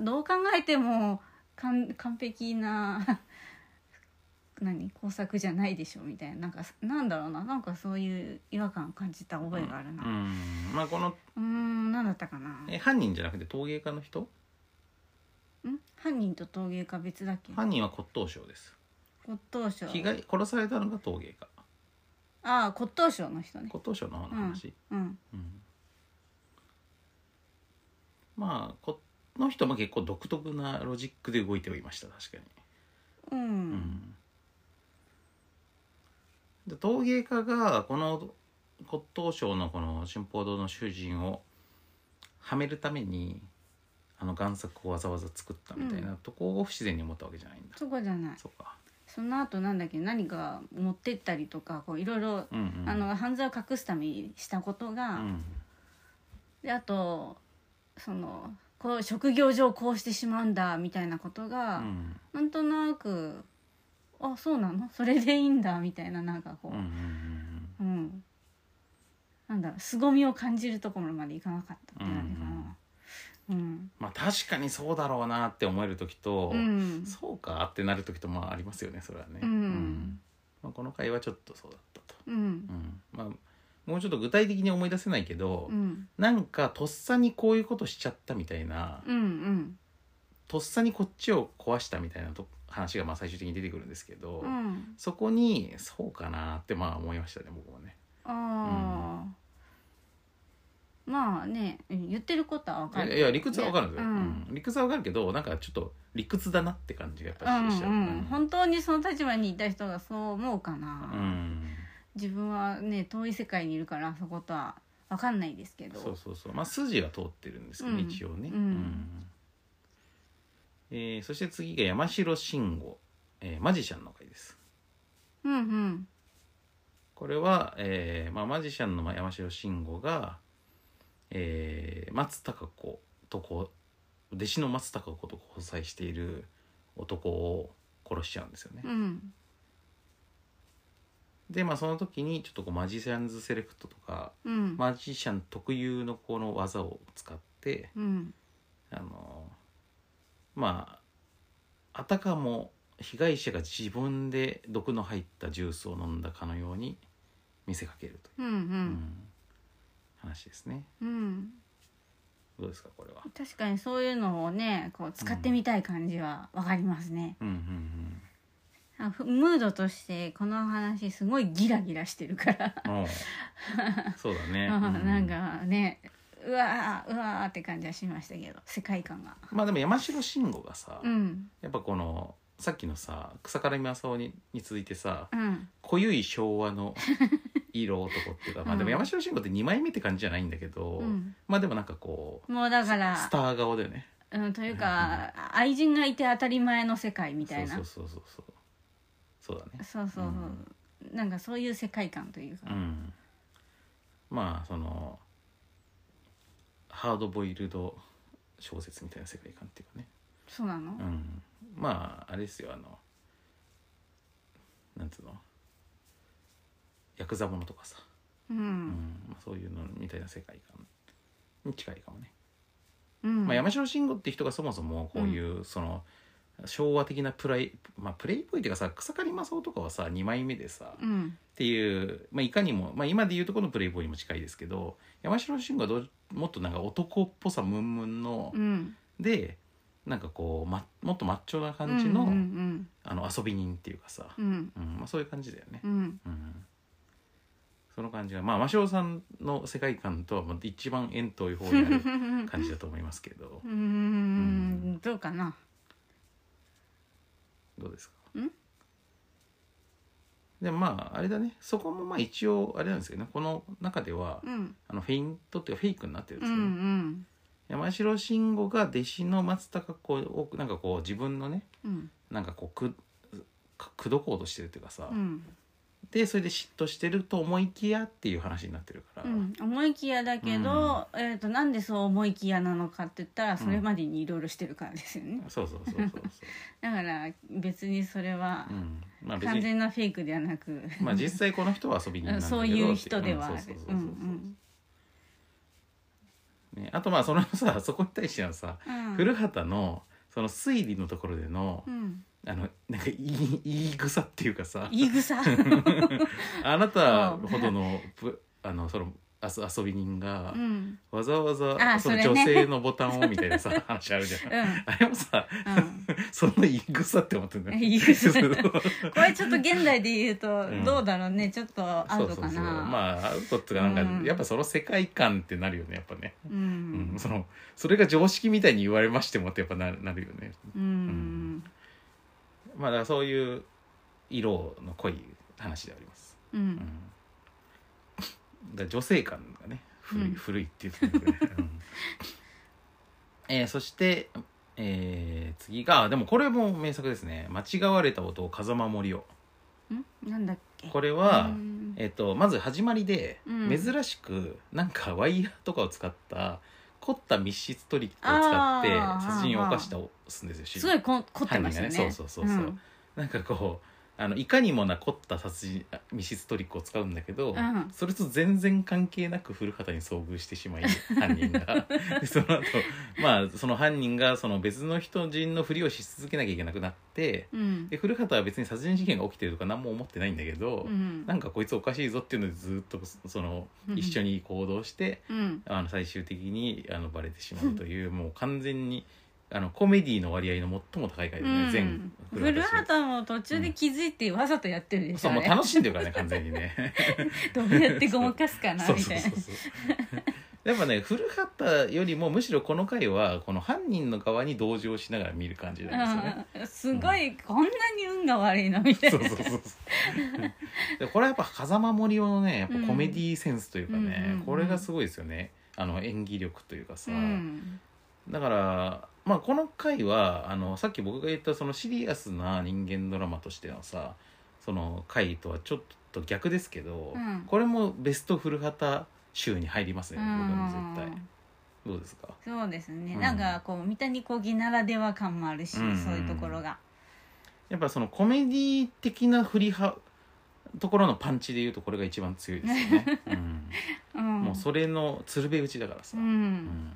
Speaker 2: どう考えても完完璧な 何工作じゃないでしょみたいななんかなんだろうななんかそういう違和感を感じた覚えがあるな
Speaker 1: う
Speaker 2: うん
Speaker 1: まあこの
Speaker 2: ーん何だったかな
Speaker 1: え犯人じゃなくて陶芸家の人
Speaker 2: ん犯人と陶芸家別だっけ
Speaker 1: 犯人は骨董商です
Speaker 2: 骨董賞
Speaker 1: 被害殺されたのが陶芸家
Speaker 2: ああ骨董賞の人ね
Speaker 1: 骨董商の方の話、
Speaker 2: うん
Speaker 1: うんまあこの人も結構独特なロジックで動いてはいました確かに
Speaker 2: う
Speaker 1: うんんで陶芸家がこの骨董商のこの春宝堂の囚人をはめるためにああの贋作をわざわざ作ったみたいなとこを不自然に思ったわけじゃないんだ、
Speaker 2: そこじゃない
Speaker 1: そうか
Speaker 2: その後なんだっけ何か持ってったりとかこういろいろ、
Speaker 1: うんうん
Speaker 2: あの犯罪を隠すためにしたこと
Speaker 1: う
Speaker 2: が、
Speaker 1: ん
Speaker 2: であとそのこう職業上こうしてしまうんだみたいなこと
Speaker 1: う
Speaker 2: が、
Speaker 1: ん
Speaker 2: なんとなくあそうなのそれでいいんだみたいななんかこ
Speaker 1: うんうん
Speaker 2: う、うんなんだろう凄みを感じるところまでいかなかったって感じかな。うん
Speaker 1: まあ確かにそうだろうなって思える時と、
Speaker 2: うん
Speaker 1: そうかってなる時とまあありますよねそれはね、
Speaker 2: うん
Speaker 1: まあ、この回はちょっとそうだったと、
Speaker 2: うん
Speaker 1: うんまあ、もうちょっと具体的に思い出せないけど、
Speaker 2: うん
Speaker 1: なんかとっさにこういうことしちゃったみたいな、
Speaker 2: うんうん
Speaker 1: とっさにこっちを壊したみたいなと話がまあ最終的に出てくるんですけど、
Speaker 2: うん
Speaker 1: そこにそうかなってまあ思いましたね僕もね。
Speaker 2: あーまあねうん言ってることは分か
Speaker 1: いや
Speaker 2: る
Speaker 1: いや理屈はわかるんですよ、
Speaker 2: ね
Speaker 1: うん理屈はわかるけどなんかちょっと理屈だなって感じがやっ
Speaker 2: う
Speaker 1: ぱ
Speaker 2: ん
Speaker 1: りしちゃう、
Speaker 2: うんうん本当にその立場にいた人がそう思うかな、
Speaker 1: うん
Speaker 2: 自分はね遠い世界にいるからそことは分かんないですけど
Speaker 1: そうそうそうまあ筋は通ってるんですけど、ね
Speaker 2: うん
Speaker 1: 一応ね、
Speaker 2: うん
Speaker 1: えーそして次が山城慎吾、えーマジシャンの回です
Speaker 2: うんうん
Speaker 1: これは、えーまあ、マジシャンの山城慎吾が、えー松たか子とこう弟子の松たか子と交際している男を殺しちゃうんですよね、
Speaker 2: うん
Speaker 1: でまあその時にちょっとこうマジシャンズセレクトとか
Speaker 2: うん
Speaker 1: マジシャン特有のこの技を使って
Speaker 2: うん
Speaker 1: あのまああたかも被害者が自分で毒の入ったジュースを飲んだかのように見せかけるというう、うんん話ですね
Speaker 2: うんうん
Speaker 1: どうですかこれは。
Speaker 2: 確かにそういうのをねこう使ってみたい感じは分かりますね、
Speaker 1: うんうん
Speaker 2: あふムードとしてこの話すごいギラギラしてるから、
Speaker 1: うん、お うそうだね、うん
Speaker 2: なんかねうわーうわーって感じはしましたけど世界観が
Speaker 1: まあでも山城慎吾がさ、
Speaker 2: うん
Speaker 1: やっぱこのさっきのさ草から見浅尾にに続いてさ
Speaker 2: うん
Speaker 1: 濃ゆい昭和 の色男っていうか、まあでも山城慎吾って2枚目って感じじゃないんだけど、
Speaker 2: うん
Speaker 1: まあでもなんかこう
Speaker 2: もうだか
Speaker 1: ス
Speaker 2: ら、
Speaker 1: ター顔だよね
Speaker 2: うん、というか愛人がいて当たり前の世界みたいな
Speaker 1: そうそうそうそうそうそうだね
Speaker 2: そうそうそう、なんかそういう世界観というか、
Speaker 1: うんまあそのハードボイルド小説みたいな世界観っていうかね
Speaker 2: そうなの、
Speaker 1: うんまああれですよあのなんつうのヤクザものとかさ、
Speaker 2: う
Speaker 1: うん
Speaker 2: ん
Speaker 1: まあ、そういうのみたいな世界観に近いかもね
Speaker 2: うん
Speaker 1: まあ、山城慎吾って人がそもそもこういう、その昭和的なプライ、まあ、プレイっぽいっていうかさ草刈正雄とかはさ2枚目でさ、
Speaker 2: う
Speaker 1: っ
Speaker 2: ん
Speaker 1: ていう、まあ、いかにも、まあ、今で言うとこのプレイボーイにも近いですけど山城慎吾はどうもっとなんか男っぽさムンムンの
Speaker 2: う、ん
Speaker 1: でなんかこう、ま、もっとマッチョな感じの,、
Speaker 2: うん
Speaker 1: あの遊び人っていうかさ、
Speaker 2: うんうん
Speaker 1: うんまあ、そういう感じだよね。
Speaker 2: うん
Speaker 1: うんその感じがまあ真汐さんの世界観とはもう一番遠遠い方にある
Speaker 2: うん
Speaker 1: 感じだと思いますけど
Speaker 2: うんどうかな
Speaker 1: どうですか
Speaker 2: ん
Speaker 1: でもまああれだねそこもまあ一応あれなんですけどねこの中では、
Speaker 2: うん
Speaker 1: あのフェイントっていうかフェイクになってるんで
Speaker 2: う
Speaker 1: すよね、
Speaker 2: ん
Speaker 1: 山城慎吾が弟子の松たか子をなんかこう自分のね
Speaker 2: うん
Speaker 1: なんかこうくく口説こうとしてるっていうかさ、
Speaker 2: うん
Speaker 1: でそれで嫉妬してると思いきやっていう話になってるから、
Speaker 2: うん思いきやだけど、えっ、となんでそう思いきやなのかって言ったらそれまでにいろいろしてるからですよね、
Speaker 1: そうそうそうそうそう、
Speaker 2: だから別にそれは
Speaker 1: うん、まあ別
Speaker 2: 完
Speaker 1: に
Speaker 2: 全なフェイクではなく、
Speaker 1: まあ実際この人は遊び人なんだけど
Speaker 2: そういう人ではある
Speaker 1: っていうんそううそうそうそうそうね、あとまあそのさ そこに対してのさ、
Speaker 2: んうん
Speaker 1: 古畑のその推理のところでの
Speaker 2: う、ん
Speaker 1: あのなんか言い言い草っていうかさ
Speaker 2: 言 い草
Speaker 1: あなたほどのぷあのそのあそ遊び人が、
Speaker 2: うん
Speaker 1: わざわざ
Speaker 2: あ
Speaker 1: その
Speaker 2: それ
Speaker 1: 女
Speaker 2: ね
Speaker 1: 性のボタンをみたい なさ話あるじゃん、
Speaker 2: うん
Speaker 1: あれもさ
Speaker 2: うん
Speaker 1: その言い草って思ってんだよ
Speaker 2: 言 い草
Speaker 1: そう
Speaker 2: これちょっと現代で言うと
Speaker 1: ん
Speaker 2: どうだろうね、ちょっとア
Speaker 1: そ
Speaker 2: ウ
Speaker 1: うそ
Speaker 2: ト
Speaker 1: う
Speaker 2: かな
Speaker 1: まあアウトっていうかなんか、
Speaker 2: うん
Speaker 1: やっぱその世界観ってなるよねやっぱね、
Speaker 2: う
Speaker 1: うん
Speaker 2: ん
Speaker 1: そのそれが常識みたいに言われましてもってやっぱななるよね
Speaker 2: うん、うん
Speaker 1: まあだからそういう色の濃い話であります、うん、だから女性感がね古い,、
Speaker 2: うん
Speaker 1: 古いっていうところで、うんええーそして、えー次がでもこれも名作ですね「間違われた音を風間森を
Speaker 2: んなんだっけ」
Speaker 1: これ
Speaker 2: う
Speaker 1: は、
Speaker 2: ん
Speaker 1: えっとまず始まりで、
Speaker 2: うん
Speaker 1: 珍しくなんかワイヤーとかを使った凝った密室トリックを使って
Speaker 2: あー
Speaker 1: 殺人を犯したんですよ主
Speaker 2: すごいこ凝ってましたね
Speaker 1: 犯人がねそうそうそうそうなんかこうあのいかにもな凝った殺人あ密室トリックを使うんだけど、
Speaker 2: うん
Speaker 1: それと全然関係なく古畑に遭遇してし まい犯人がでその後まあその犯人がその別の人人のふりをし続けなきゃいけなくなって
Speaker 2: うん
Speaker 1: で古畑は別に殺人事件が起きてるとか何も思ってないんだけど、
Speaker 2: うん
Speaker 1: なんかこいつおかしいぞっていうのでずっとその
Speaker 2: うん
Speaker 1: 一緒に行動して、
Speaker 2: うん
Speaker 1: あの最終的にあのバレてしまうという、もう完全にあのコメディの割合の最も高い回ですね、全
Speaker 2: 古
Speaker 1: シリーズ
Speaker 2: 畑も途中で気づいてわざとやってるでし
Speaker 1: そ
Speaker 2: ょ
Speaker 1: うもう
Speaker 2: ね
Speaker 1: 楽しんでるからね完全にね
Speaker 2: どうやってごまかすか な
Speaker 1: そう
Speaker 2: み
Speaker 1: そ
Speaker 2: た
Speaker 1: う
Speaker 2: い
Speaker 1: そうそうやっぱね古畑よりもむしろこの回はこの犯人の側に同情しながら見る感じなんですよね
Speaker 2: なうんすごいこんなに運が悪いのみたい
Speaker 1: そ
Speaker 2: な
Speaker 1: うそうそうそう でこれはやっぱ風間森夫のねやっぱコメディセンスというかね、
Speaker 2: うんうんうん
Speaker 1: これがすごいですよねあの演技力というかさ、
Speaker 2: うん
Speaker 1: だからまあこの回はあのさっき僕が言ったそのシリアスな人間ドラマとしてのさその回とはちょっと逆ですけど、
Speaker 2: うん
Speaker 1: これもベスト古畑集に入りますね、僕
Speaker 2: う
Speaker 1: は
Speaker 2: ん
Speaker 1: 絶対どうですか
Speaker 2: そうですね、
Speaker 1: うん
Speaker 2: なんかこう三谷幸喜ならでは感もあるし、
Speaker 1: うん
Speaker 2: そういうところが
Speaker 1: やっぱそのコメディ的な振りはところのパンチでいうとこれが一番強いですよ ね、
Speaker 2: うん
Speaker 1: うん、もうそれの鶴瓶打ちだからさ、
Speaker 2: う、
Speaker 1: うんん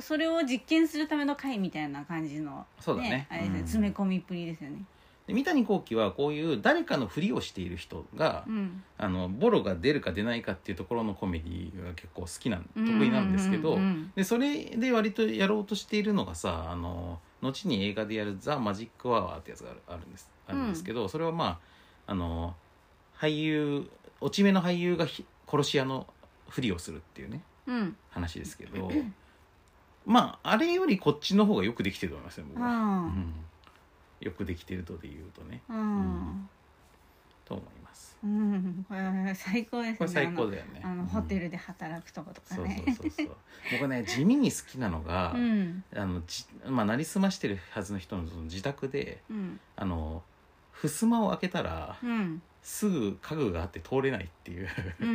Speaker 2: それを実験するための会みたいな感じの
Speaker 1: そうだね
Speaker 2: あれですね
Speaker 1: うん
Speaker 2: 詰め込みっぷりですよね
Speaker 1: で三谷幸喜はこういう誰かの振りをしている人が、
Speaker 2: うん
Speaker 1: あのボロが出るか出ないかっていうところのコメディが結構好きなん得意なんですけど、
Speaker 2: うんうん
Speaker 1: でそれで割とやろうとしているのがさあの後に映画でやる「ザ・マジック・アワー」ってやつがあるあるんですあるんですけど、それはまああの俳優落ち目の俳優がひ殺し屋のふりをするっていうね
Speaker 2: うん
Speaker 1: 話ですけ どまああれよりこっちの方がよくできてると思いますね僕
Speaker 2: う
Speaker 1: は、うんん、よくできてるとで言うとね
Speaker 2: うんうん
Speaker 1: と思います
Speaker 2: うんこれ最高ですね
Speaker 1: これ最高だよね
Speaker 2: あのあのホテルで働くとことか
Speaker 1: そう
Speaker 2: ね
Speaker 1: そうそうそう僕ね地味に好きなのが、
Speaker 2: うん
Speaker 1: あのじまあ、なりすましてるはずの人のその自宅で
Speaker 2: うん
Speaker 1: あの襖を開けたら、
Speaker 2: うん
Speaker 1: すぐ家具があって通れないっていう
Speaker 2: うんう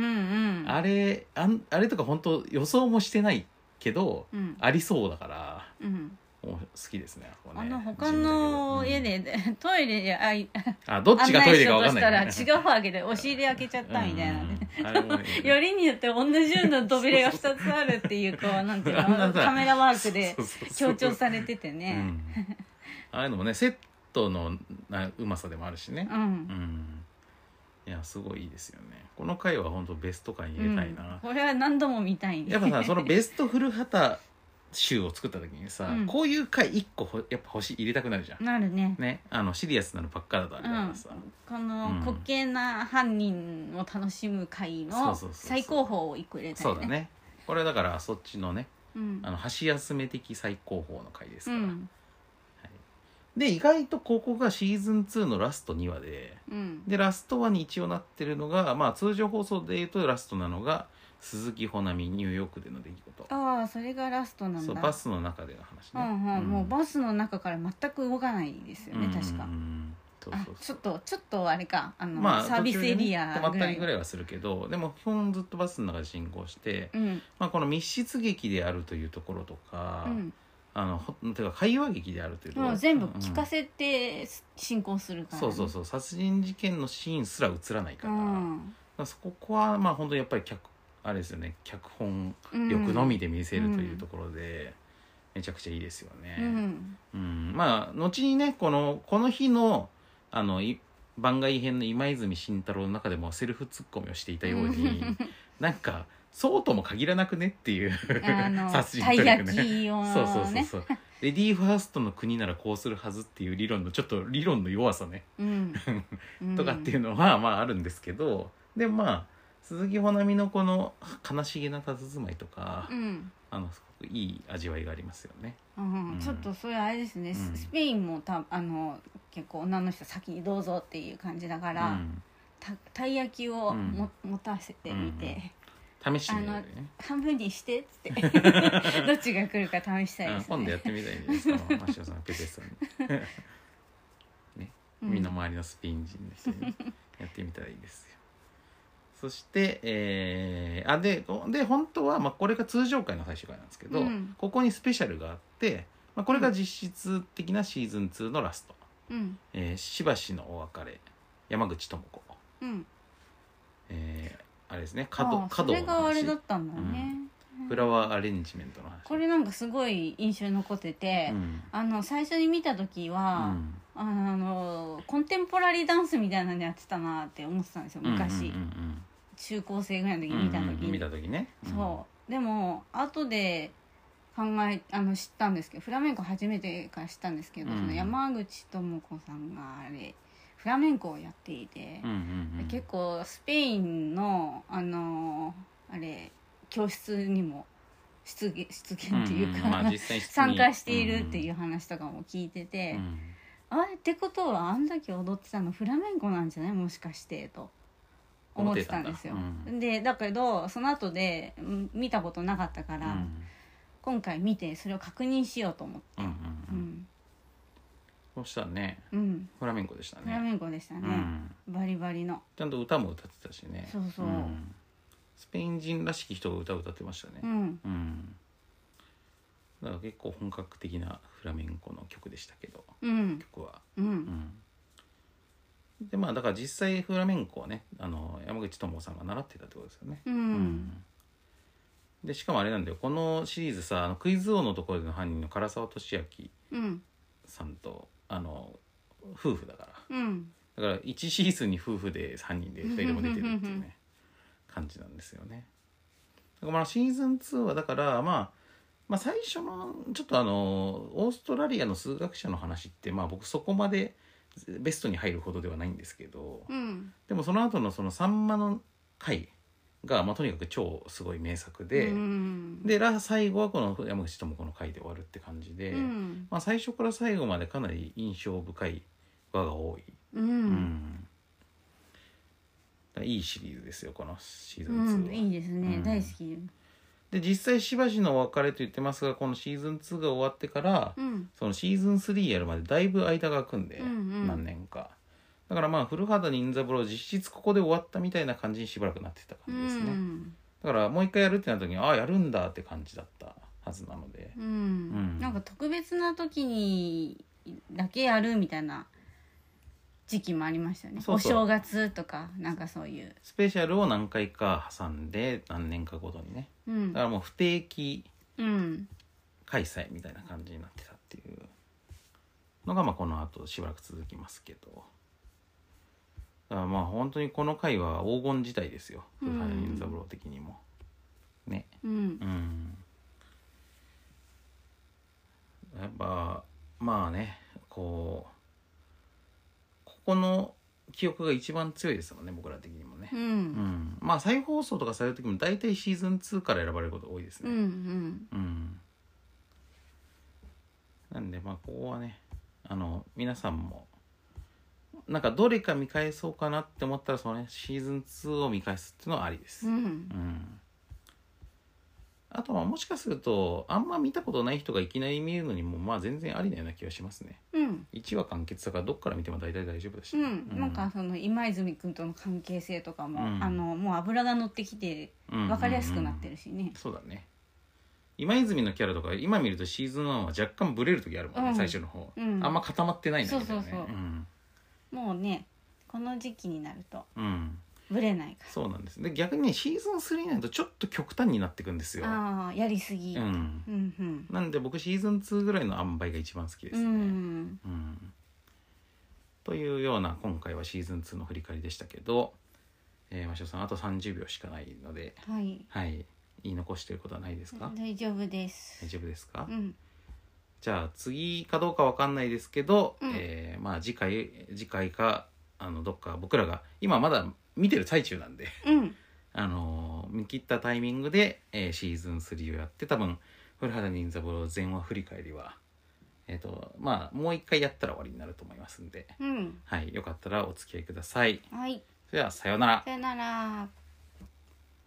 Speaker 2: ん
Speaker 1: あれあんあれとか本当予想もしてないけど、
Speaker 2: うん
Speaker 1: ありそうだから
Speaker 2: うん
Speaker 1: もう好きですねここね
Speaker 2: あの他の家
Speaker 1: 自
Speaker 2: で、トイレであい
Speaker 1: 分だけどうんあどっちがトイレか分かんない
Speaker 2: 案内しようとしたら違うわけで押し入れ開けちゃったみたいなね、
Speaker 1: うんうんあれもね
Speaker 2: よりによって同じような扉が2つあるっていうこうなんていう
Speaker 1: あんな
Speaker 2: の
Speaker 1: さ
Speaker 2: カメラワークで
Speaker 1: そうそうそう
Speaker 2: 強調されててね
Speaker 1: うんああいうのもねセットのなうまさでもあるしね
Speaker 2: う、ん
Speaker 1: う、ん、いやすごいいいですよねこの回は本当ベスト回に
Speaker 2: う
Speaker 1: 入れ
Speaker 2: ん
Speaker 1: たいな、
Speaker 2: これは何度も見たいね
Speaker 1: やっぱさそのベスト古畑集を作った時にさ、
Speaker 2: うん
Speaker 1: こういう回一個ほやっぱ星入れたくなるじゃん、
Speaker 2: なるね
Speaker 1: ねあのシリアスなのばっかだとあれだからさ、
Speaker 2: こ
Speaker 1: うん
Speaker 2: の滑稽な犯人を楽しむ会の
Speaker 1: そうそうそうそう
Speaker 2: 最高峰を一個入れた
Speaker 1: そ
Speaker 2: いう
Speaker 1: だ
Speaker 2: ね
Speaker 1: ねこれはだからそっちのね
Speaker 2: うん
Speaker 1: あの箸休め的最高峰の回です
Speaker 2: う
Speaker 1: から、
Speaker 2: ん
Speaker 1: で意外とここがシーズン2のラスト2話で
Speaker 2: うん
Speaker 1: でラスト話に一応なってるのが、まあ、通常放送で言うとラストなのが鈴木保奈美ニューヨークでの出来事
Speaker 2: ああそれがラストなん
Speaker 1: そう
Speaker 2: だ
Speaker 1: バスの中での話
Speaker 2: う
Speaker 1: ね、
Speaker 2: んうん、もうバスの中から全く動かないですよね、確か
Speaker 1: うんう。んそう
Speaker 2: あ
Speaker 1: そう
Speaker 2: ち
Speaker 1: そ
Speaker 2: ょ
Speaker 1: う
Speaker 2: っとちょっとあれかあの、
Speaker 1: まあ
Speaker 2: サービスエリ
Speaker 1: 途中
Speaker 2: ア
Speaker 1: でね止
Speaker 2: ぐ
Speaker 1: ま
Speaker 2: ら
Speaker 1: った
Speaker 2: い
Speaker 1: りぐらいはするけどでも基本ずっとバスの中で進行して、
Speaker 2: うん
Speaker 1: まあ、この密室劇であるというところとか、
Speaker 2: うん、
Speaker 1: あのほてか会話劇であるというとこ
Speaker 2: も
Speaker 1: ろ
Speaker 2: う全部聞かせて進行する
Speaker 1: う
Speaker 2: か
Speaker 1: ん
Speaker 2: ら、
Speaker 1: そうそうそう殺人事件のシーンすら映らないから,、
Speaker 2: うん
Speaker 1: そこはまあ本当にやっぱり脚あれですよね脚本
Speaker 2: うん
Speaker 1: 力のみで見せるというところで、めちゃくちゃいいですよね。
Speaker 2: うん
Speaker 1: うん、まあ後にねこのこの日のあのい番外編の今泉慎太郎の中でもセルフツッコミをしていたよう になんかそうとも限らなくねっていう
Speaker 2: あ の
Speaker 1: 殺人
Speaker 2: たい
Speaker 1: 力
Speaker 2: 焼
Speaker 1: ね
Speaker 2: き用
Speaker 1: そうそう
Speaker 2: の
Speaker 1: そう
Speaker 2: ね
Speaker 1: そうレディーファーストの国ならこうするはずっていう理論のちょっと理論の弱さね、
Speaker 2: うんうん
Speaker 1: とかっていうのはまああるんですけどでもまあ鈴木保奈美のこの悲しげな佇まいとか、
Speaker 2: うん
Speaker 1: あのすごくいい味わいがありますよね。
Speaker 2: うん
Speaker 1: うん
Speaker 2: ちょっとそれあれですね、ス
Speaker 1: うん
Speaker 2: スペインもたあの結構女の人先にどうぞっていう感じだから、
Speaker 1: うん
Speaker 2: たたい焼きをも、持たせてみ
Speaker 1: うん
Speaker 2: て、
Speaker 1: 試してみるよね
Speaker 2: 半分にしてっつって どっちが来るか試したいです、
Speaker 1: う
Speaker 2: ね
Speaker 1: ん、今度やってみたいんじゃないですか橋尾さんペテさんに、
Speaker 2: うん
Speaker 1: 身の回りのスピン人ですよねやってみたらいいですよそしてえー、あでで本当は、まあ、これが通常回の最終回なんですけど、
Speaker 2: うん
Speaker 1: ここにスペシャルがあって、まあ、これが実質的なシーズン2のラスト、
Speaker 2: うん
Speaker 1: えーしばしのお別れ山口智子
Speaker 2: うん
Speaker 1: えー、あれですね
Speaker 2: あ
Speaker 1: 角
Speaker 2: あそ
Speaker 1: 角
Speaker 2: れ
Speaker 1: の
Speaker 2: があれ
Speaker 1: 話
Speaker 2: だったんだね、うん
Speaker 1: フラワーアレンジメントの話
Speaker 2: これなんかすごい印象に残ってて、
Speaker 1: うん
Speaker 2: あの最初に見た時
Speaker 1: う
Speaker 2: は、
Speaker 1: ん
Speaker 2: あのコンテンポラリーダンスみたいなのやってたなって思ってたんですよ昔、
Speaker 1: うんうん
Speaker 2: 中高生ぐらいの時
Speaker 1: うんうん
Speaker 2: に見た時
Speaker 1: うんうん
Speaker 2: に、
Speaker 1: 見た時ね
Speaker 2: そうでも後で考えあの知ったんですけどフラメンコ初めてから知ったんですけど、
Speaker 1: うん
Speaker 2: その山口智子さんがあれフラメンコをやっていて
Speaker 1: うん、うんうん、
Speaker 2: 結構スペインのあのあれ教室にも出現出現っていうか、
Speaker 1: んんまあ、実際に
Speaker 2: 参加しているっていう話とかも聞いて
Speaker 1: う
Speaker 2: て
Speaker 1: んう、ん
Speaker 2: あれってことはあんだけ踊ってたのフラメンコなんじゃないもしかしてと思ってたんですよ
Speaker 1: 思ってたんだ。
Speaker 2: でだけどその後でうん見たことなかったか
Speaker 1: うん
Speaker 2: ら、今回見てそれを確認しようと思って。
Speaker 1: うんうん
Speaker 2: う
Speaker 1: うん
Speaker 2: ん
Speaker 1: そうしたらね
Speaker 2: うん、
Speaker 1: フラメンコでした
Speaker 2: フラ
Speaker 1: ね、
Speaker 2: メンコでした
Speaker 1: う
Speaker 2: ね、
Speaker 1: ん、
Speaker 2: バリバリの
Speaker 1: ちゃんと歌も歌ってたしね
Speaker 2: そうそうん
Speaker 1: スペイン人らしき人が歌を歌ってましたね
Speaker 2: うん
Speaker 1: うんだから結構本格的なフラメンコの曲でしたけど
Speaker 2: うん
Speaker 1: 曲は
Speaker 2: う
Speaker 1: うんんでまあだから実際フラメンコはねあの山口智子さんが習ってたってことですよね
Speaker 2: う
Speaker 1: うんんでしかもあれなんだよこのシリーズさあのクイズ王のところでの犯人の唐沢俊明
Speaker 2: うん
Speaker 1: さんとあの夫婦だから
Speaker 2: うん
Speaker 1: だから1シーズンに夫婦で3人で2人も出てるっていうね感じなんですよねだからまあシーズン2はだからまあまあ最初のちょっとあのオーストラリアの数学者の話ってまあ僕そこまでベストに入るほどではないんですけど
Speaker 2: うん
Speaker 1: でもその後のその「さんまの回」がまあとにかく超すごい名作で、
Speaker 2: うん
Speaker 1: でら最後はこの山口智子の回で終わるって感じで、
Speaker 2: うん
Speaker 1: まあ、最初から最後までかなり印象深い輪が多い、
Speaker 2: う
Speaker 1: うんだからいいシリーズですよこのシーズ
Speaker 2: う
Speaker 1: ン2は、
Speaker 2: んいいですね、
Speaker 1: うん
Speaker 2: 大好き
Speaker 1: で実際しばしのお別れと言ってますがこのシーズン2が終わってから、
Speaker 2: うん
Speaker 1: そのシーズン3やるまでだいぶ間が空くんで、
Speaker 2: うんうん
Speaker 1: 何年かだからまあ古畑任三郎実質ここで終わったみたいな感じにしばらくなってた
Speaker 2: う
Speaker 1: 感じですね、
Speaker 2: ん
Speaker 1: だからもう一回やるってなった時にああやるんだって感じだったはずなので、
Speaker 2: うんんなんか特別な時にだけやるみたいな時期もありましたよね
Speaker 1: そうそう
Speaker 2: お正月とかなんかそういう
Speaker 1: スペシャルを何回か挟んで何年かごとにね
Speaker 2: うん
Speaker 1: だからもう不定期
Speaker 2: うん
Speaker 1: 開催みたいな感じになってたっていうのがまあこの後しばらく続きますけどだからまあ本当にこの回は黄金時代ですよ
Speaker 2: うん
Speaker 1: 古畑任三郎的にもね
Speaker 2: うん
Speaker 1: うんやっぱまあねこうここの記憶が一番強いですもんね僕ら的にもね
Speaker 2: う
Speaker 1: うんん、まあ再放送とかされる時も大体シーズン2から選ばれることが多いです
Speaker 2: う
Speaker 1: ね
Speaker 2: ん
Speaker 1: うん、なんでまあここはねあの皆さんもなんかどれか見返そうかなって思ったらその、ね、シーズン2を見返すっていうのはありです
Speaker 2: う、ん
Speaker 1: うんあとはもしかするとあんま見たことない人がいきなり見るのにもまあ全然ありなような気がしますね
Speaker 2: うん
Speaker 1: 1話完結だからどっから見ても大体大丈夫だし
Speaker 2: う
Speaker 1: ね、
Speaker 2: ん、なんかその今泉君との関係性とかも、
Speaker 1: うん
Speaker 2: あのもう油が乗ってきて
Speaker 1: うん
Speaker 2: 分かりやすくなってるしね、
Speaker 1: そうだね今泉のキャラとか今見るとシーズン1は若干ブレる時あるもんね、
Speaker 2: うん
Speaker 1: 最初の方、
Speaker 2: うん
Speaker 1: あんま固まってないんだけどね、
Speaker 2: そうそうそうんもうねこの時期になると
Speaker 1: うん、
Speaker 2: ぶれないか
Speaker 1: そうなんですで逆にねシーズン3になるとちょっと極端になってくんですよ、
Speaker 2: らああーやりすぎ、
Speaker 1: う
Speaker 2: うん、
Speaker 1: ん、
Speaker 2: うんうん
Speaker 1: なんで僕シーズン2ぐらいの塩梅が一番好きですね、うんというような今回はシーズン2の振り返りでしたけど、えー、マシオさんあと30秒しかないので、
Speaker 2: はい
Speaker 1: はい、言い残してることはないですか、
Speaker 2: 大丈夫です
Speaker 1: 大丈夫ですか、
Speaker 2: うん
Speaker 1: じゃあ次かどうかわかんないですけど、
Speaker 2: うん
Speaker 1: えーまあ次回次回かあのどっか僕らが今まだ見てる最中なんで
Speaker 2: うん
Speaker 1: あのー見切ったタイミングで、えーシーズン3をやって多分古畑任三郎全話振り返りはえっ、とまあもう一回やったら終わりになると思いますんで、
Speaker 2: うん
Speaker 1: はい、よかったらお付き合いください。
Speaker 2: はい
Speaker 1: それではさようなら。
Speaker 2: さよなら